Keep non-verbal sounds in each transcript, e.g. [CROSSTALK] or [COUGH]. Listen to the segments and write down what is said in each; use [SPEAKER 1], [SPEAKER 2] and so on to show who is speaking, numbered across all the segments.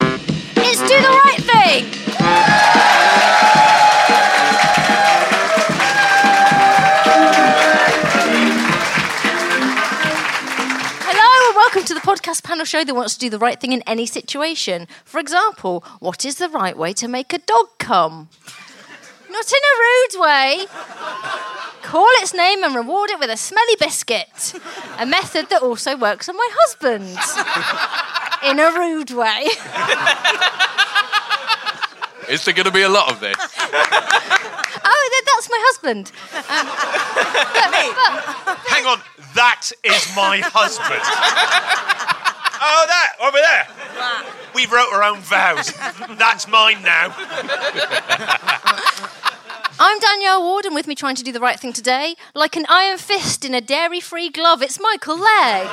[SPEAKER 1] It's do the right thing. Hello and welcome to the podcast panel show that wants to do the right thing in any situation. For example, what is the right way to make a dog come? Not in a rude way. Call its name and reward it with a smelly biscuit. A method that also works on my husband. In a rude way. [LAUGHS]
[SPEAKER 2] Is there going to be a lot of this?
[SPEAKER 1] Oh, th- that's my husband. Um, but- but-
[SPEAKER 3] Hang on, that is my husband. oh, that over there. We wrote our own vows. That's mine now.
[SPEAKER 1] I'm Danielle Ward, and with me trying to do the right thing today, like an iron fist in a dairy free glove, it's Michael Legg.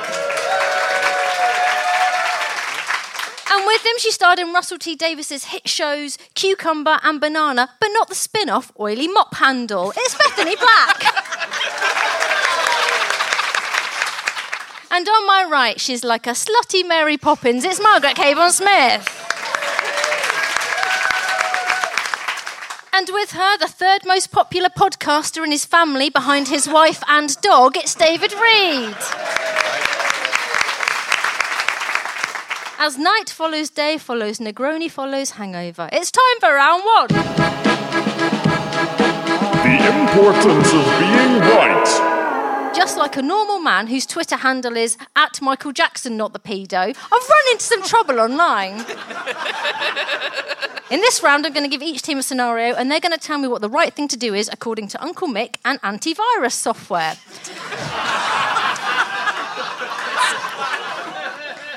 [SPEAKER 1] And with him, she starred in Russell T Davis's hit shows Cucumber and Banana, but not the spin off Oily Mop Handle. It's Bethany Black. and on my right, she's like a slutty Mary Poppins. It's Margaret Caban Smith. And with her, the third most popular podcaster in his family behind his wife and dog, it's David Reed. As night follows day follows Negroni follows hangover. It's time for round one.
[SPEAKER 4] The importance of being right.
[SPEAKER 1] Just like a normal man whose Twitter handle is at Michael Jackson, not the pedo, I've run into some trouble online. In this round, I'm going to give each team a scenario and they're going to tell me what the right thing to do is according to Uncle Mick and antivirus software.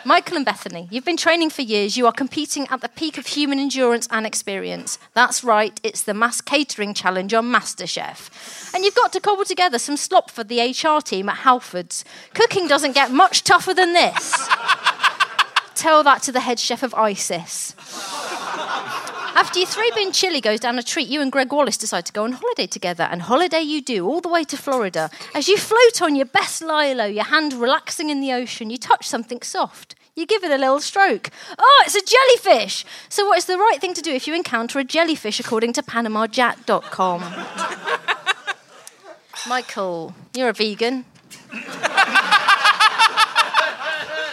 [SPEAKER 1] Michael and Bethany, you've been training for years. You are competing at the peak of human endurance and experience. That's right, it's the Mass Catering Challenge on MasterChef. And you've got to cobble together some slop for the HR team at Halfords. Cooking doesn't get much tougher than this. [LAUGHS] Tell that to the head chef of ISIS. After your three bin chili goes down a treat, you and Greg Wallace decide to go on holiday together, and holiday you do all the way to Florida. As you float on your best Lilo, your hand relaxing in the ocean, you touch something soft. You give it a little stroke. Oh, it's a jellyfish! So, what is the right thing to do if you encounter a jellyfish according to PanamaJack.com? Michael, you're a vegan.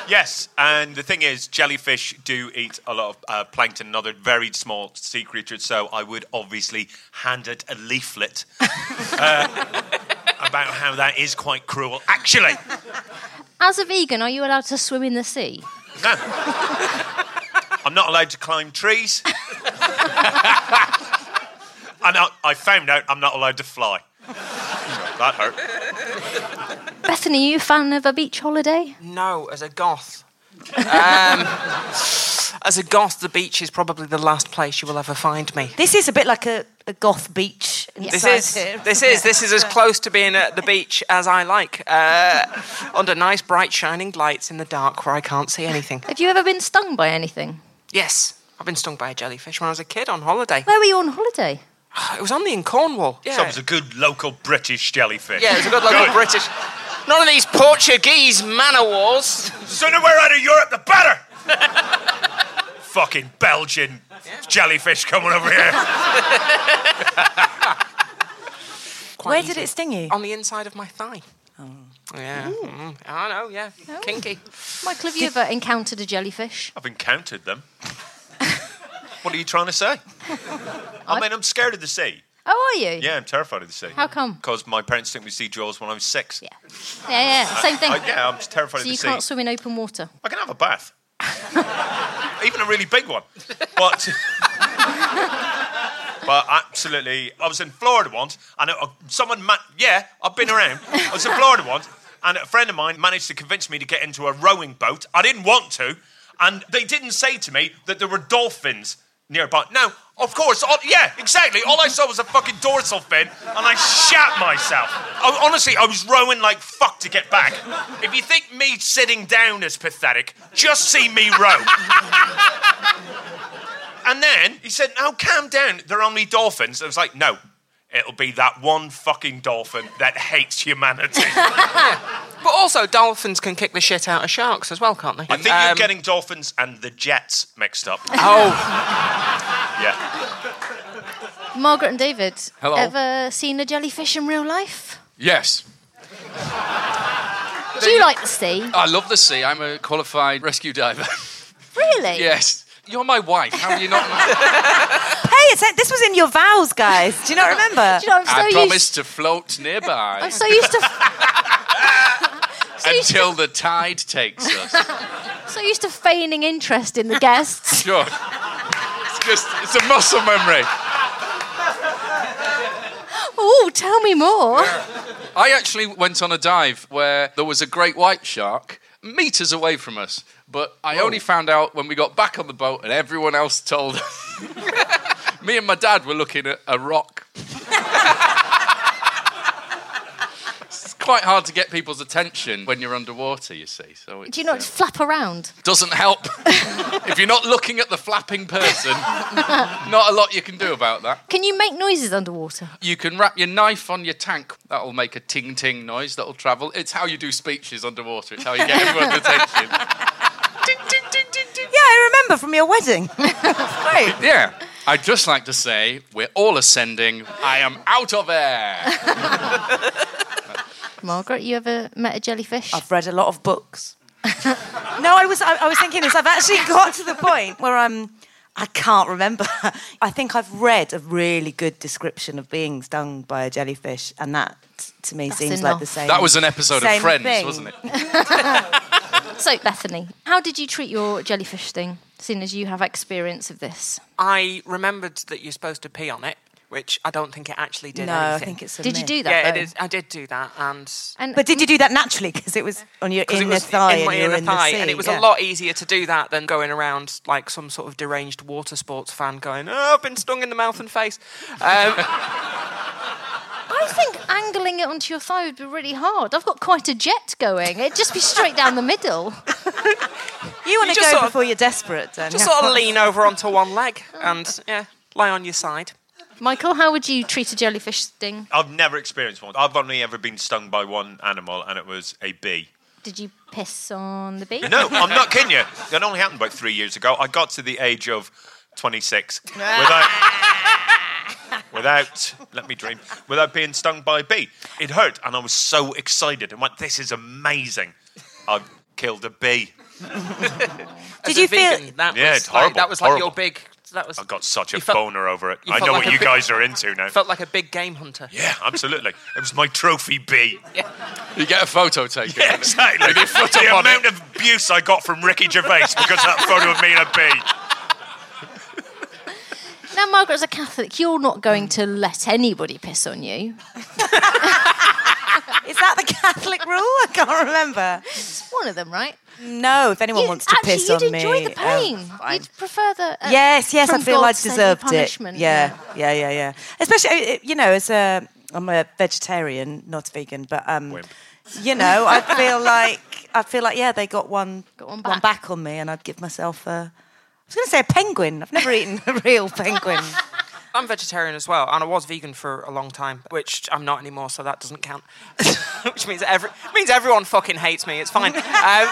[SPEAKER 3] Yes, and the thing is, jellyfish do eat a lot of uh, plankton and other very small sea creatures, so I would obviously hand it a leaflet uh, [LAUGHS] about how that is quite cruel. Actually,
[SPEAKER 1] As a vegan, are you allowed to swim in the sea?
[SPEAKER 3] no. I'm not allowed to climb trees. [LAUGHS] and I, I found out I'm not allowed to fly. That hurt.
[SPEAKER 1] Bethany, are you a fan of a beach holiday?
[SPEAKER 5] No, Oh, as a goth. Um, [LAUGHS] as a goth, the beach is probably the last place you will ever find me.
[SPEAKER 6] This is a bit like a, a goth beach.
[SPEAKER 5] This
[SPEAKER 6] inside
[SPEAKER 5] is
[SPEAKER 6] here.
[SPEAKER 5] this is this is as close to being at the beach as I like, uh, under nice bright shining lights in the dark where I can't see anything.
[SPEAKER 1] Have you ever been stung by anything?
[SPEAKER 5] Yes, I've been stung by a jellyfish when I was a kid on holiday.
[SPEAKER 1] Where were you on holiday?
[SPEAKER 5] [SIGHS] It was only in Cornwall. Yeah,
[SPEAKER 3] So it was a good local British jellyfish.
[SPEAKER 5] yeah, it was a good local British. None of these Portuguese man o' wars.
[SPEAKER 3] sooner we're out of Europe, the better. Fucking Belgian jellyfish coming over here.
[SPEAKER 5] Quite
[SPEAKER 6] Where did
[SPEAKER 5] easy.
[SPEAKER 6] it sting you?
[SPEAKER 5] on the inside of my thigh. Oh. Yeah.
[SPEAKER 3] Mm-hmm.
[SPEAKER 5] Mm. I know, yeah. Kinky.
[SPEAKER 1] Michael, have you ever encountered a jellyfish? [LAUGHS]
[SPEAKER 3] I've encountered them. [LAUGHS] what are you trying to say? I mean, I'm scared of the sea.
[SPEAKER 1] Oh, are you?
[SPEAKER 3] Yeah, I'm terrified of the sea.
[SPEAKER 1] How come?
[SPEAKER 3] Because my parents took me to see Jaws when I was six.
[SPEAKER 1] Yeah, yeah, yeah. same thing.
[SPEAKER 3] I, Uh, yeah, I'm terrified
[SPEAKER 1] so
[SPEAKER 3] of the
[SPEAKER 1] you
[SPEAKER 3] sea.
[SPEAKER 1] can't swim in open water.
[SPEAKER 3] I can have a bath. Even a really big one. But But uh, absolutely, I was in Florida once, and I- someone, ma- yeah, I've been around. I was in Florida once, and a friend of mine managed to convince me to get into a rowing boat. I didn't want to, and they didn't say to me that there were dolphins nearby. No, of course, all, yeah, exactly. All I saw was a fucking dorsal fin, and I shat myself. I, honestly, I was rowing like fuck to get back. If you think me sitting down is pathetic, just see me
[SPEAKER 1] [LAUGHS]
[SPEAKER 3] row. And then he said, "Now calm down. They're only dolphins." I was like, "No, it'll be that one fucking dolphin that hates humanity."
[SPEAKER 5] But also, dolphins can kick the shit out of sharks as well, can't they?
[SPEAKER 3] I think
[SPEAKER 5] Um,
[SPEAKER 3] you're getting dolphins and the jets mixed up. [LAUGHS]
[SPEAKER 5] Oh,
[SPEAKER 3] yeah.
[SPEAKER 1] Margaret and David,
[SPEAKER 2] Hello.
[SPEAKER 1] ever seen a jellyfish in real life?
[SPEAKER 2] Yes.
[SPEAKER 1] Do you like
[SPEAKER 3] [LAUGHS]
[SPEAKER 1] the sea?
[SPEAKER 2] I love the sea. I'm a qualified rescue diver.
[SPEAKER 1] [LAUGHS] Really?
[SPEAKER 2] yes. You're my wife. How are you not?
[SPEAKER 6] [LAUGHS] Hey, it's, this was in your vows, guys. Do you not remember?
[SPEAKER 1] Do you know, I'm so
[SPEAKER 2] I
[SPEAKER 1] used-
[SPEAKER 2] promise to float nearby
[SPEAKER 1] I'm so used
[SPEAKER 2] [LAUGHS]
[SPEAKER 1] to so used
[SPEAKER 2] until the tide takes
[SPEAKER 1] [LAUGHS]
[SPEAKER 2] us.
[SPEAKER 1] so used to feigning interest
[SPEAKER 3] [LAUGHS]
[SPEAKER 1] in the guests.
[SPEAKER 2] Sure. It's just, it's a muscle memory.
[SPEAKER 1] oh, tell me more.
[SPEAKER 2] I actually went on a dive where there was a great white shark meters away from us, but I only found out when we got back on the boat and everyone else told us. [LAUGHS] Me and my dad were looking at a rock. it's quite hard to get people's attention when you're underwater, you see. So it
[SPEAKER 1] Do you not just flap around? [LAUGHS]
[SPEAKER 2] doesn't help. if you're not looking at the flapping person, not a lot you can do about that.
[SPEAKER 1] Can you make noises underwater?
[SPEAKER 2] You can wrap your knife on your tank. That'll make a ting ting noise. That'll travel. It's how you do speeches underwater. It's how you get everyone's
[SPEAKER 6] [LAUGHS]
[SPEAKER 2] attention.
[SPEAKER 6] Yeah, I remember from your wedding. Great.
[SPEAKER 2] Yeah. I'd just like to say we're all ascending. I am out of air.
[SPEAKER 1] Margaret, you ever met a jellyfish?
[SPEAKER 6] I've read a lot of books. no, I was I, I was thinking this. I've actually [LAUGHS] got to the point where I'm. I can't remember. [LAUGHS] I think I've read a really good description of being stung by a jellyfish, and that t- to me seems like
[SPEAKER 1] enough.
[SPEAKER 6] the same.
[SPEAKER 2] That was an episode
[SPEAKER 6] Same
[SPEAKER 2] of Friends,
[SPEAKER 6] thing.
[SPEAKER 2] wasn't it?
[SPEAKER 1] [LAUGHS] So, Bethany, how did you treat your jellyfish sting, seeing as you have experience of this?
[SPEAKER 5] I remembered that you're supposed to pee on it, which I don't think it actually did
[SPEAKER 6] No,
[SPEAKER 5] anything.
[SPEAKER 6] I think it's. A
[SPEAKER 1] Did you
[SPEAKER 6] myth.
[SPEAKER 1] do that?
[SPEAKER 5] Yeah, it
[SPEAKER 1] though?
[SPEAKER 5] is. I did do that, and
[SPEAKER 1] And
[SPEAKER 6] But did you do that naturally? Because it was on your
[SPEAKER 5] 'Cause
[SPEAKER 6] inner
[SPEAKER 5] it was
[SPEAKER 6] thigh,
[SPEAKER 5] in
[SPEAKER 6] Oh,
[SPEAKER 5] my
[SPEAKER 6] and you were
[SPEAKER 5] inner
[SPEAKER 6] in
[SPEAKER 5] thigh,
[SPEAKER 6] the sea,
[SPEAKER 5] and it was
[SPEAKER 6] yeah.
[SPEAKER 5] a lot easier to do that than going around like some sort of deranged water sports fan going, "Oh, I've been stung in the mouth and face."
[SPEAKER 6] [LAUGHS]
[SPEAKER 5] Um,
[SPEAKER 1] I think angling it onto your thigh would be really hard. I've got quite a jet going. It'd just be straight down
[SPEAKER 6] [LAUGHS]
[SPEAKER 1] the middle.
[SPEAKER 6] You want
[SPEAKER 5] You
[SPEAKER 6] to
[SPEAKER 5] just
[SPEAKER 6] go
[SPEAKER 5] sort of-
[SPEAKER 6] before you're desperate. Then.
[SPEAKER 5] just sort of lean over onto one leg and yeah, lie on your side.
[SPEAKER 1] Michael, how would you treat a jellyfish sting?
[SPEAKER 3] I've never experienced one. I've only ever been stung by one animal, and it was a bee.
[SPEAKER 1] Did you piss on the [LAUGHS] beach?
[SPEAKER 3] No, I'm not kidding you. That only happened about three years ago. I got to the age of 26 without, without let me dream, without being stung by a bee. It hurt, and I was so excited and went, "This is amazing! I've killed a bee."
[SPEAKER 6] Did
[SPEAKER 5] As a
[SPEAKER 6] you feel-
[SPEAKER 3] [LAUGHS]
[SPEAKER 5] vegan, that
[SPEAKER 3] Yeah,
[SPEAKER 5] was
[SPEAKER 3] it's
[SPEAKER 5] like,
[SPEAKER 3] horrible,
[SPEAKER 5] That was like
[SPEAKER 3] horrible. Oh,
[SPEAKER 5] your big. That was.
[SPEAKER 3] I got such a
[SPEAKER 5] You felt-
[SPEAKER 3] boner over it.
[SPEAKER 5] you
[SPEAKER 3] I
[SPEAKER 5] felt
[SPEAKER 3] know
[SPEAKER 5] like
[SPEAKER 3] what
[SPEAKER 5] a
[SPEAKER 3] you
[SPEAKER 5] bit-
[SPEAKER 3] guys are into now.
[SPEAKER 5] Felt like a big game hunter.
[SPEAKER 3] yeah, [LAUGHS] absolutely. It was my trophy bee.
[SPEAKER 2] You get a photo taken.
[SPEAKER 3] Yeah, [LAUGHS] exactly.
[SPEAKER 2] With your foot
[SPEAKER 3] the
[SPEAKER 2] up on
[SPEAKER 3] amount
[SPEAKER 2] it.
[SPEAKER 3] of abuse I got from Ricky Gervais because of that photo of me and a bee.
[SPEAKER 1] Now, Margaret, as a Catholic, you're not going to let anybody piss on you.
[SPEAKER 6] Is that the Catholic rule? I can't remember.
[SPEAKER 1] It's one of them, right?
[SPEAKER 6] No, if anyone
[SPEAKER 1] You-
[SPEAKER 6] wants to
[SPEAKER 1] actually,
[SPEAKER 6] piss
[SPEAKER 1] you'd
[SPEAKER 6] on me,
[SPEAKER 1] enjoy the
[SPEAKER 6] um,
[SPEAKER 1] pain.
[SPEAKER 6] fine.
[SPEAKER 1] you'd prefer the. uh,
[SPEAKER 6] yes, yes, I
[SPEAKER 1] from
[SPEAKER 6] feel
[SPEAKER 1] God
[SPEAKER 6] I
[SPEAKER 1] sent you
[SPEAKER 6] deserved it.
[SPEAKER 1] punishment.
[SPEAKER 6] Yeah, yeah, yeah, yeah. Especially, uh, uh, you know, as a I'm a vegetarian, not vegan, but um,
[SPEAKER 3] Wimp.
[SPEAKER 6] you know, I
[SPEAKER 1] [LAUGHS]
[SPEAKER 6] feel like I feel like yeah, they got one
[SPEAKER 1] Got one
[SPEAKER 6] one
[SPEAKER 1] back.
[SPEAKER 6] back on me, and I'd give myself a. I was going to say a penguin. I've never eaten a
[SPEAKER 1] [LAUGHS]
[SPEAKER 6] real penguin.
[SPEAKER 5] I'm vegetarian as well, and I was vegan for a long time, which I'm not anymore, so that doesn't count. [LAUGHS] which means every means everyone fucking hates me. It's
[SPEAKER 3] [LAUGHS]
[SPEAKER 5] fine. um,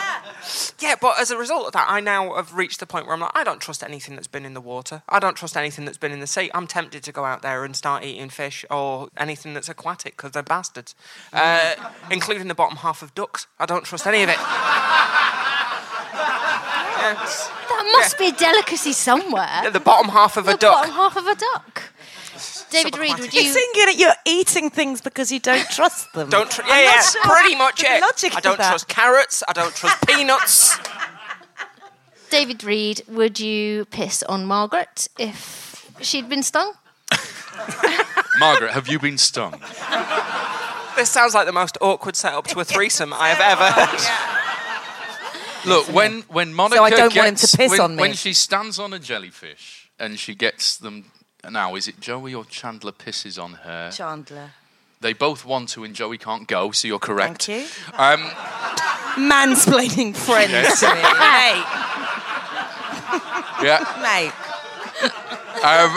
[SPEAKER 5] yeah, but as a result of that, I now have reached the point where I'm like, I don't trust anything that's been in the water. I don't trust anything that's been in the sea. I'm tempted to go out there and start eating fish or anything that's aquatic because they're bastards, uh, including the bottom half of ducks. I don't trust any of it. Yes.
[SPEAKER 1] That must be a delicacy somewhere.
[SPEAKER 5] The bottom half of a
[SPEAKER 1] The
[SPEAKER 5] duck.
[SPEAKER 1] bottom half of a duck. David Reed, would
[SPEAKER 5] Subconscious.
[SPEAKER 6] You're
[SPEAKER 1] you?
[SPEAKER 6] saying that you're eating things because you don't trust them.
[SPEAKER 5] Don't tr-
[SPEAKER 6] I'm
[SPEAKER 5] yeah,
[SPEAKER 6] not
[SPEAKER 5] yeah,
[SPEAKER 6] sure
[SPEAKER 5] pretty much
[SPEAKER 6] the
[SPEAKER 5] it.
[SPEAKER 6] logic
[SPEAKER 5] I
[SPEAKER 6] of
[SPEAKER 5] don't
[SPEAKER 6] that.
[SPEAKER 5] trust carrots. I don't
[SPEAKER 6] [LAUGHS]
[SPEAKER 5] trust peanuts.
[SPEAKER 1] David Reed, would you piss on Margaret if she'd been stung?
[SPEAKER 2] Margaret, have you been stung?
[SPEAKER 5] This sounds like the most awkward setup to a threesome I have
[SPEAKER 6] [LAUGHS]
[SPEAKER 5] ever heard.
[SPEAKER 2] Look, when when Monica
[SPEAKER 6] I don't want him
[SPEAKER 2] gets-
[SPEAKER 6] to piss
[SPEAKER 2] when,
[SPEAKER 6] on me.
[SPEAKER 2] when she stands on a jellyfish and she gets them. Now, is it Joey or Chandler pisses on her?
[SPEAKER 6] Chandler.
[SPEAKER 2] They both want to, and Joey can't go. So you're correct.
[SPEAKER 6] Thank you.
[SPEAKER 2] Um,
[SPEAKER 6] Mansplaining friend [LAUGHS]
[SPEAKER 2] Yes.
[SPEAKER 6] to me. Mate,
[SPEAKER 2] [LAUGHS] yeah.
[SPEAKER 6] mate.
[SPEAKER 2] Um,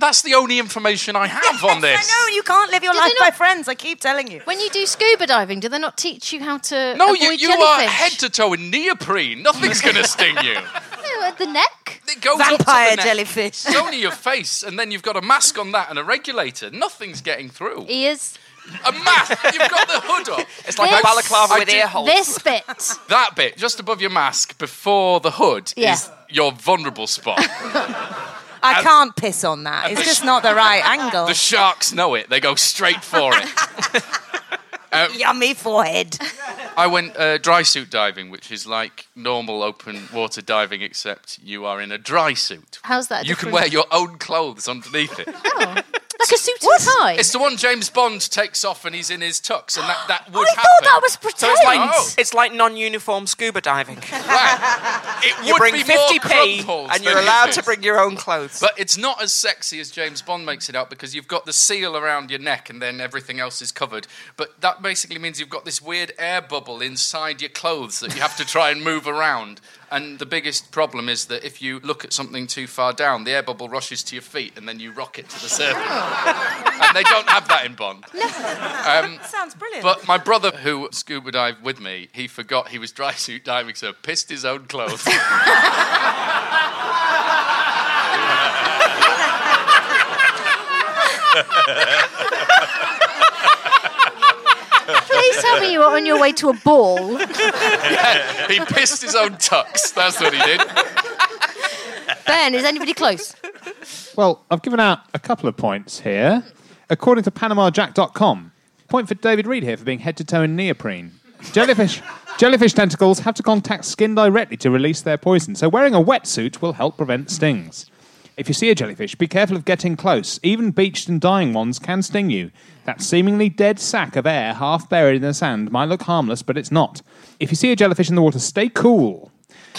[SPEAKER 2] that's the only information I have on this.
[SPEAKER 6] [LAUGHS] I know you can't live your
[SPEAKER 1] Did
[SPEAKER 6] life
[SPEAKER 1] they not-
[SPEAKER 6] by friends. I keep telling you.
[SPEAKER 1] When you do scuba diving, do they not teach you how to
[SPEAKER 2] No,
[SPEAKER 1] avoid
[SPEAKER 2] you, you are
[SPEAKER 1] jellyfish?
[SPEAKER 2] head to toe in neoprene. Nothing's going
[SPEAKER 6] [LAUGHS]
[SPEAKER 2] to sting you.
[SPEAKER 1] [LAUGHS] No, at the neck.
[SPEAKER 2] It goes up to the
[SPEAKER 6] Vampire
[SPEAKER 2] neck.
[SPEAKER 6] jellyfish.
[SPEAKER 2] It's
[SPEAKER 1] [LAUGHS]
[SPEAKER 2] only your face, and then you've got a mask on that and a regulator. Nothing's getting through.
[SPEAKER 1] Ears.
[SPEAKER 2] A mask. You've got the
[SPEAKER 6] [LAUGHS]
[SPEAKER 2] hood up.
[SPEAKER 5] It's like
[SPEAKER 1] This-
[SPEAKER 5] a balaclava
[SPEAKER 2] I
[SPEAKER 5] with
[SPEAKER 2] did-
[SPEAKER 5] ear holes.
[SPEAKER 1] This bit.
[SPEAKER 2] That bit, just above your mask, before the hood,
[SPEAKER 1] Yeah.
[SPEAKER 2] is your vulnerable spot.
[SPEAKER 6] I can't piss on that. It's just not the right [LAUGHS] angle.
[SPEAKER 2] the sharks know it. They go straight for it.
[SPEAKER 1] [LAUGHS]
[SPEAKER 2] Uh,
[SPEAKER 6] Yummy forehead.
[SPEAKER 2] I went uh, dry suit diving, which is like normal open water diving, except you are in a dry suit.
[SPEAKER 1] How's that?
[SPEAKER 2] You can
[SPEAKER 1] different? Oh,
[SPEAKER 2] wear your own clothes underneath
[SPEAKER 1] [LAUGHS]
[SPEAKER 2] it.
[SPEAKER 1] like a suit and tie.
[SPEAKER 2] It's the one James Bond takes off and he's in his tux, and that, that would
[SPEAKER 1] [GASPS] I
[SPEAKER 2] happen.
[SPEAKER 1] thought that was pretend.
[SPEAKER 5] so it's like
[SPEAKER 2] Oh.
[SPEAKER 5] it's like non-uniform scuba diving.
[SPEAKER 2] It
[SPEAKER 5] You
[SPEAKER 2] would
[SPEAKER 5] bring
[SPEAKER 2] be
[SPEAKER 5] 50p and you're allowed to bring your own clothes.
[SPEAKER 2] But it's not as sexy as James Bond makes it out because you've got the seal around your neck and then everything else is covered. But that basically means you've got this weird air bubble inside your clothes that you have to try and move around. And the biggest problem is that if you look at something too far down, the air bubble rushes to your feet and then you rock it to the surface. and they don't have that in Bond. Um,
[SPEAKER 6] Sounds brilliant.
[SPEAKER 2] But my brother, who scuba dived with me, he forgot he was dry suit diving, so pissed his own clothes. [LAUGHS]
[SPEAKER 1] Please tell me you were on your way to a ball.
[SPEAKER 2] he pissed his own tux. That's what he did.
[SPEAKER 1] ben, is anybody close?
[SPEAKER 7] Well, I've given out a couple of points here. According to PanamaJack.com, point for David Reed here for being head to toe in neoprene. Jellyfish, jellyfish tentacles have to contact skin directly to release their poison, so wearing a wetsuit will help prevent stings. If you see a jellyfish, be careful of getting close. Even beached and dying ones can sting you. That seemingly dead sack of air half buried in the sand might look harmless, but it's not. If you see a jellyfish in the water, stay cool.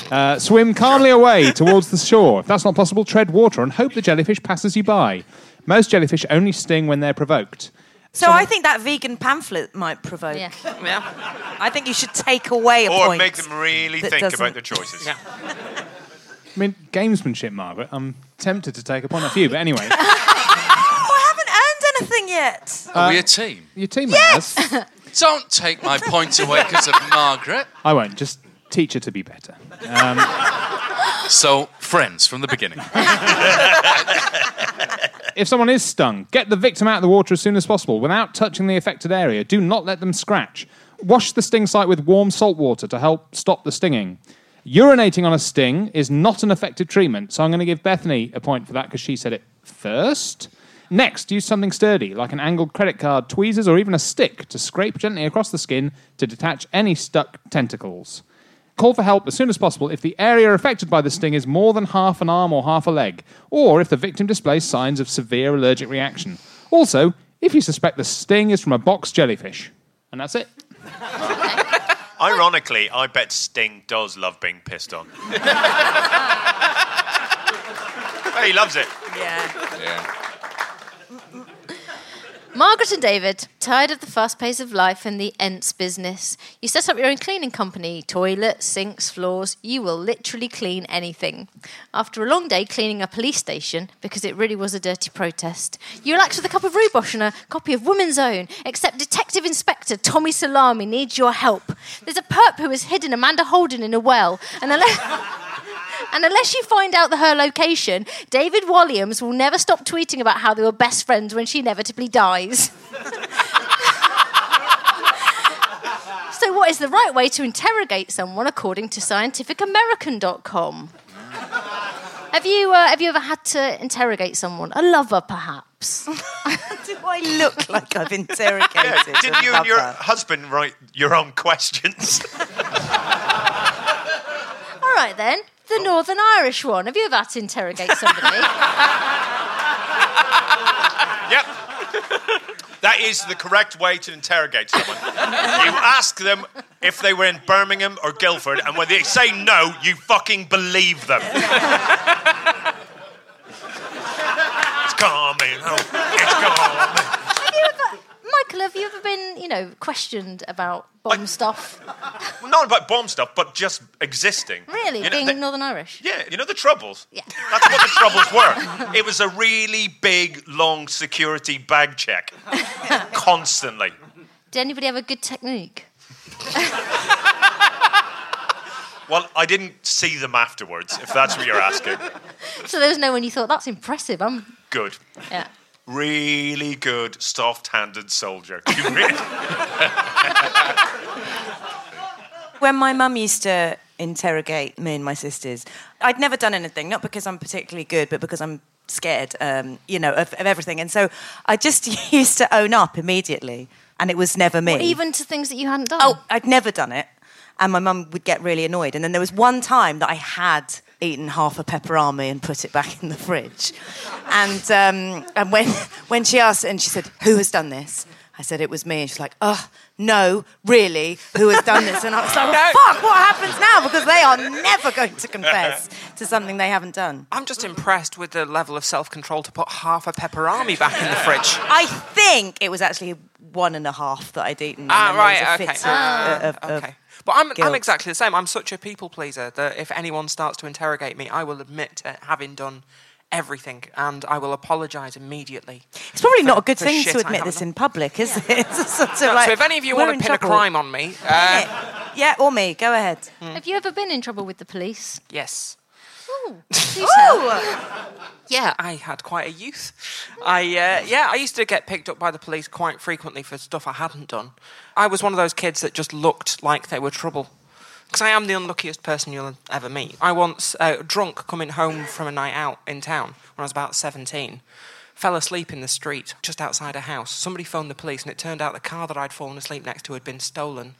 [SPEAKER 7] Uh, swim calmly away towards the shore. If that's not possible, tread water and hope the jellyfish passes you by. Most jellyfish only sting when they're provoked.
[SPEAKER 6] so I think that vegan pamphlet might provoke.
[SPEAKER 1] Yeah.
[SPEAKER 5] yeah.
[SPEAKER 6] I think you should take away a
[SPEAKER 3] Or
[SPEAKER 6] point.
[SPEAKER 3] make them really
[SPEAKER 6] that
[SPEAKER 3] think
[SPEAKER 6] doesn't-
[SPEAKER 3] about their choices.
[SPEAKER 5] Yeah.
[SPEAKER 7] I mean, gamesmanship, Margaret. I'm tempted to take upon a few, but anyway,
[SPEAKER 6] Oh, I haven't earned anything yet.
[SPEAKER 2] Are we a Oh, team?
[SPEAKER 7] Uh, your teammate yes!
[SPEAKER 2] Don't take my point away because of Margaret.
[SPEAKER 7] I won't. Just teach her to be better. Um,
[SPEAKER 2] So, friends from the beginning.
[SPEAKER 7] If someone is stung, get the victim out of the water as soon as possible without touching the affected area. Do not let them scratch. Wash the sting site with warm salt water to help stop the stinging. Urinating on a sting is not an effective treatment, so I'm going to give Bethany a point for that because she said it first. Next, use something sturdy like an angled credit card, tweezers, or even a stick to scrape gently across the skin to detach any stuck tentacles. Call for help as soon as possible if the area affected by the sting is more than half an arm or half a leg, or if the victim displays signs of severe allergic reaction. Also, if you suspect the sting is from a box jellyfish. And that's it.
[SPEAKER 3] [LAUGHS] Ironically, I bet Sting does love being
[SPEAKER 6] [LAUGHS]
[SPEAKER 3] pissed on. he loves it.
[SPEAKER 6] Yeah.
[SPEAKER 2] Yeah.
[SPEAKER 1] Margaret and David, tired of the fast pace of life and the ents business, you set up your own cleaning company toilets, sinks, floors. You will literally clean anything. After a long day cleaning a police station, because it really was a dirty protest, you relax with a cup of rooibos and a copy of Woman's Own, except Detective Inspector Tommy Salami needs your help. There's a perp who has hidden Amanda Holden in a well, and [LAUGHS] unless. And unless you find out the, her location, David Walliams will never stop tweeting about how they were best friends when she inevitably dies. [LAUGHS] so, what is the right way to interrogate someone according to scientificamerican.com? Have you, uh, have you ever had to interrogate someone? A lover,
[SPEAKER 6] [LAUGHS]
[SPEAKER 1] perhaps? [LAUGHS]
[SPEAKER 6] Do I look like I've interrogated?
[SPEAKER 3] Didn't you and your
[SPEAKER 6] another?
[SPEAKER 3] husband write your own
[SPEAKER 6] [LAUGHS]
[SPEAKER 3] questions?
[SPEAKER 1] All right, then. The Northern Irish one. Have you ever had to interrogate somebody?
[SPEAKER 3] yep. That is the correct way to interrogate someone. you ask them if they were in Birmingham or Guildford, and when they say no, you fucking
[SPEAKER 6] [LAUGHS]
[SPEAKER 3] believe them. it's coming. Oh, it's coming.
[SPEAKER 1] [LAUGHS] Have you ever, Michael, have you ever been, you know, questioned about bomb
[SPEAKER 3] I-
[SPEAKER 1] stuff?
[SPEAKER 3] Well, not about bomb stuff, but just existing.
[SPEAKER 1] Really,
[SPEAKER 3] You know,
[SPEAKER 1] being
[SPEAKER 3] they-
[SPEAKER 1] Northern Irish?
[SPEAKER 3] Yeah, you know the Troubles.
[SPEAKER 1] Yeah.
[SPEAKER 3] That's what the Troubles were. It was a really big, long security bag
[SPEAKER 1] [LAUGHS]
[SPEAKER 3] check, constantly.
[SPEAKER 1] Did anybody have a good technique?
[SPEAKER 3] Well, I didn't see them afterwards, if that's what you're asking.
[SPEAKER 1] So there was no one you thought that's impressive. I'm,
[SPEAKER 3] Good.
[SPEAKER 1] yeah.
[SPEAKER 3] Really good, soft-handed soldier. You [LAUGHS] really-
[SPEAKER 6] When my mum used to interrogate me and my sisters, I'd never done anything, not because I'm particularly good, but because I'm scared, um, you know, of, of everything. And so I just [LAUGHS] used to own up immediately, and it was never me.
[SPEAKER 1] Even to things that you hadn't done.
[SPEAKER 6] Oh, I'd never done it. And my mum would get really annoyed. And then there was one time that I had eaten half a pepperami and put it back in the fridge. And, um, and when, [LAUGHS] when she asked, and she said, Who has done this? I said, It was me. And she's like, Oh, no, really? Who has done this? And I was like,
[SPEAKER 5] No.
[SPEAKER 6] Fuck, what happens now? Because they are never going to confess to something they haven't done.
[SPEAKER 5] I'm just impressed with the level of self control to put half a pepperami back in the fridge.
[SPEAKER 6] I think it was actually one and a half that I'd eaten. and
[SPEAKER 5] Ah,
[SPEAKER 6] then there was
[SPEAKER 5] right,
[SPEAKER 6] a
[SPEAKER 5] okay.
[SPEAKER 6] fit of-
[SPEAKER 5] Ah,
[SPEAKER 6] of- of-
[SPEAKER 5] Okay. But I'm, I'm
[SPEAKER 6] guilt.
[SPEAKER 5] exactly the same. I'm such a people pleaser that if anyone starts to interrogate me, I will admit to having done everything and I will apologise immediately.
[SPEAKER 6] It's probably not a good
[SPEAKER 5] for
[SPEAKER 6] thing
[SPEAKER 5] shit
[SPEAKER 6] to
[SPEAKER 5] I
[SPEAKER 6] admit
[SPEAKER 5] haven't
[SPEAKER 6] this [LAUGHS]
[SPEAKER 5] done.
[SPEAKER 6] in public, is it? [LAUGHS] It's sort of like,
[SPEAKER 5] so if any of you
[SPEAKER 6] we're
[SPEAKER 5] want to
[SPEAKER 6] in
[SPEAKER 5] pin a
[SPEAKER 6] trouble.
[SPEAKER 5] crime on me, uh,
[SPEAKER 6] Yeah. yeah, or me, go ahead.
[SPEAKER 2] Hmm.
[SPEAKER 1] Have you ever been in trouble with the police?
[SPEAKER 5] yes.
[SPEAKER 1] Ooh, do tell.
[SPEAKER 5] Yeah, I had quite a youth. I uh, yeah, I used to get picked up by the police quite frequently for stuff I hadn't done. I was one of those kids that just looked like they were trouble. Because I am the unluckiest person you'll ever meet. I once, uh, drunk, coming home from a night out in town when I was about 17, fell asleep in the street just outside a house. Somebody phoned the police, and it turned out the car that I'd fallen asleep next to had been stolen.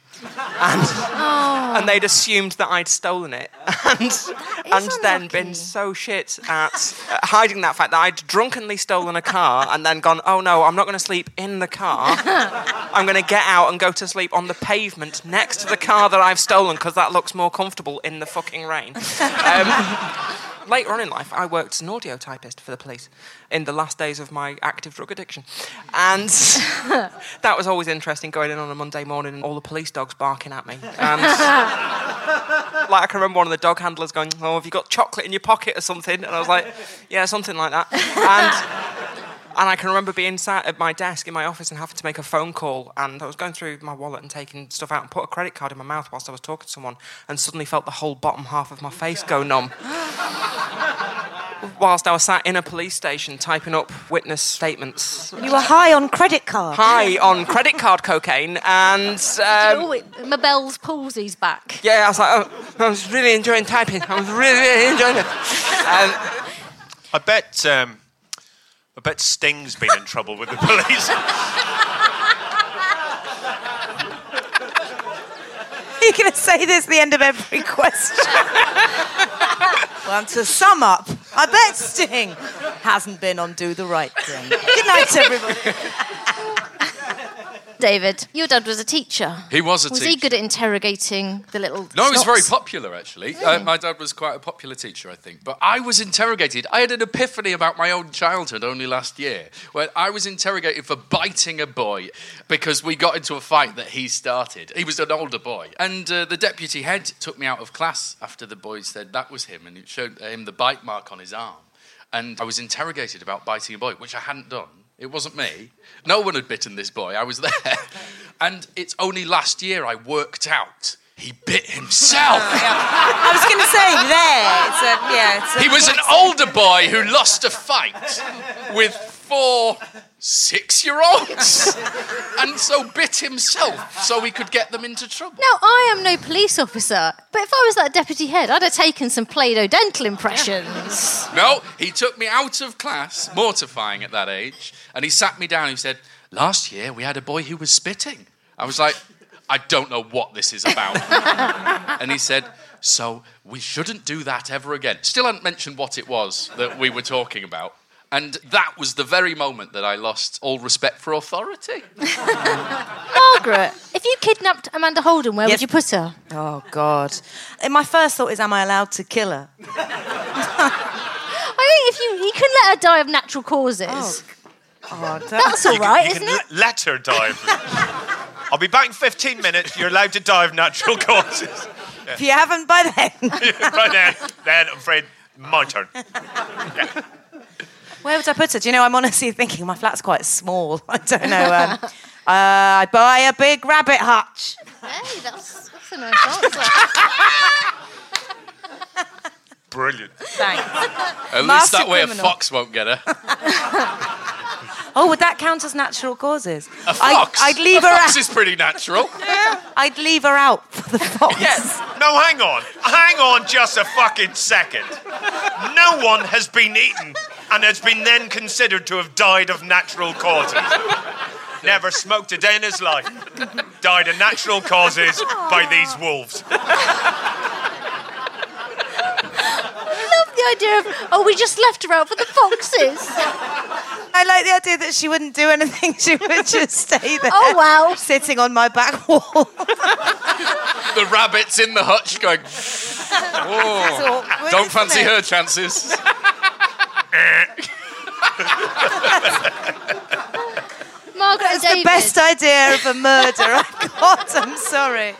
[SPEAKER 5] And, and they'd assumed that I'd stolen it. [LAUGHS] And, and then
[SPEAKER 1] unlucky.
[SPEAKER 5] been so shit at at hiding that fact that I'd drunkenly stolen a car and then gone, oh no, I'm not going to sleep in the car. I'm going to get out and go to sleep on the pavement next to the car that I've stolen because that looks more comfortable in the fucking rain. Um, later on in life, I worked as an audio typist for the police in the last days of my active drug addiction. And that was always interesting going in on a Monday morning and all the police dogs barking at me. And like I can remember one of the dog handlers going, "Oh, have you got chocolate in your pocket or something?" And I was like, "Yeah, something like that." And and I can remember being sat at my desk in my office and having to make a phone call. And I was going through my wallet and taking stuff out and put a credit card in my mouth whilst I was talking to someone, and suddenly felt the whole bottom half of my face go numb. whilst I was sat in a police station typing up witness statements.
[SPEAKER 6] You were high on credit card.
[SPEAKER 5] High on credit card cocaine and. Um,
[SPEAKER 1] Oh, it, Mabel's palsy's back.
[SPEAKER 5] yeah, I was like, oh, I was really enjoying typing. I was really, really enjoying it. Um,
[SPEAKER 3] I bet. Um, I bet Sting's been in trouble with the police.
[SPEAKER 6] [LAUGHS] You're going to say this at the end of every [LAUGHS] question. well, to sum up, I bet Sting hasn't been on Do the Right Thing. Good night, everybody. [LAUGHS]
[SPEAKER 1] David, your dad was a teacher.
[SPEAKER 2] He was a
[SPEAKER 1] was
[SPEAKER 2] teacher.
[SPEAKER 1] he good at interrogating the little?
[SPEAKER 2] No, he was very
[SPEAKER 1] snobs?
[SPEAKER 2] popular, actually. Uh, my dad was quite a popular teacher, I think. But I was interrogated. I had an epiphany about my own childhood only last year, where I was interrogated for biting a boy because we got into a fight that he started. He was an older boy. And uh, the deputy head took me out of class after the boy said that was him, and it showed him the bite mark on his arm. And I was interrogated about biting a boy, which I hadn't done. It wasn't me. No one had bitten this boy. I was there. And it's only last year I worked out he bit himself.
[SPEAKER 6] I was going to say there. It's a, yeah, it's a,
[SPEAKER 2] He was an older boy who lost a fight with four six year olds and so bit himself so he could get them into trouble.
[SPEAKER 1] Now I am no police officer, but if I was that deputy head, I'd have taken some Play-Doh dental impressions.
[SPEAKER 2] No, he took me out of class, mortifying at that age, and he sat me down and he said, Last year we had a boy who was spitting. I was like, I don't know what this
[SPEAKER 6] [LAUGHS]
[SPEAKER 2] is about. and he said, So we shouldn't do that ever again. Still hadn't mentioned what it was that we were talking about. And that was the very moment that I lost all respect for authority.
[SPEAKER 1] Margaret, if you kidnapped Amanda Holden, where
[SPEAKER 6] Yes.
[SPEAKER 1] would you put her?
[SPEAKER 6] Oh God! And my first thought is, am I allowed to kill her?
[SPEAKER 1] I think if you you can let her die of natural causes.
[SPEAKER 6] Oh, don't-
[SPEAKER 1] That's all
[SPEAKER 3] You can-
[SPEAKER 1] right,
[SPEAKER 3] you
[SPEAKER 1] isn't
[SPEAKER 3] can
[SPEAKER 1] it?
[SPEAKER 3] l- let her dive. I'll be back in 15 minutes. You're allowed to dive natural causes.
[SPEAKER 6] if you haven't by
[SPEAKER 2] [LAUGHS]
[SPEAKER 6] then,
[SPEAKER 3] [LAUGHS] right then, then I'm afraid my turn.
[SPEAKER 6] [LAUGHS] where would I put her? Do you know? I'm honestly thinking my flat's quite small. [LAUGHS] I don't know. Um, uh, I'd buy a big rabbit hutch.
[SPEAKER 1] Hey, that's, that's a nice answer. [LAUGHS]
[SPEAKER 3] Brilliant.
[SPEAKER 6] [LAUGHS] Thanks.
[SPEAKER 2] At least
[SPEAKER 6] Master
[SPEAKER 2] that way
[SPEAKER 6] criminal.
[SPEAKER 2] a fox won't get her.
[SPEAKER 6] Oh, would that count as natural causes?
[SPEAKER 2] A fox.
[SPEAKER 6] I, would leave
[SPEAKER 2] a
[SPEAKER 6] her.
[SPEAKER 2] fox
[SPEAKER 6] out.
[SPEAKER 2] is pretty natural.
[SPEAKER 6] I'd leave her out for the fox.
[SPEAKER 3] No, hang on. Hang on just a fucking second. No one has been eaten and has been then considered to have died of natural causes. Never smoked a day in his life. Died of natural causes by these wolves.
[SPEAKER 1] I love the idea of, oh, we just left her out for the foxes.
[SPEAKER 6] I like the idea that she wouldn't do anything. [LAUGHS] She would just stay there.
[SPEAKER 1] Oh, wow.
[SPEAKER 6] Sitting on my back wall.
[SPEAKER 2] the rabbit's in the hutch
[SPEAKER 6] [LAUGHS]
[SPEAKER 2] going,
[SPEAKER 6] It's
[SPEAKER 2] oh,
[SPEAKER 6] awkward,
[SPEAKER 2] don't
[SPEAKER 6] isn't
[SPEAKER 2] fancy
[SPEAKER 6] it?
[SPEAKER 2] her chances.
[SPEAKER 3] [LAUGHS] Eh,
[SPEAKER 1] Margaret and
[SPEAKER 6] That's
[SPEAKER 1] David.
[SPEAKER 6] the best idea of a murder I've got. I'm sorry.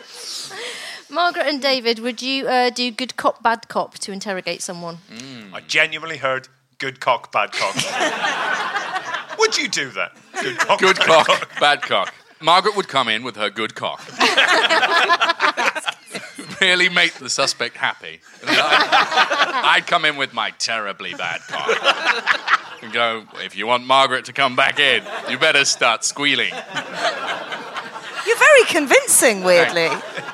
[SPEAKER 1] Margaret and David, would you uh, do good cop, bad cop to interrogate someone?
[SPEAKER 3] Mm. I genuinely heard good cock, bad cock.
[SPEAKER 1] [LAUGHS]
[SPEAKER 3] Would you do that? Good cock.
[SPEAKER 2] Good
[SPEAKER 3] bad
[SPEAKER 2] cock, bad cock. Margaret would come in with her
[SPEAKER 6] [LAUGHS]
[SPEAKER 2] good cock. really make the suspect happy. And then I- I'd come in with my terribly bad cock.
[SPEAKER 6] [LAUGHS]
[SPEAKER 2] And go, if you want Margaret to come back in, you better start squealing.
[SPEAKER 6] You're very convincing, weirdly.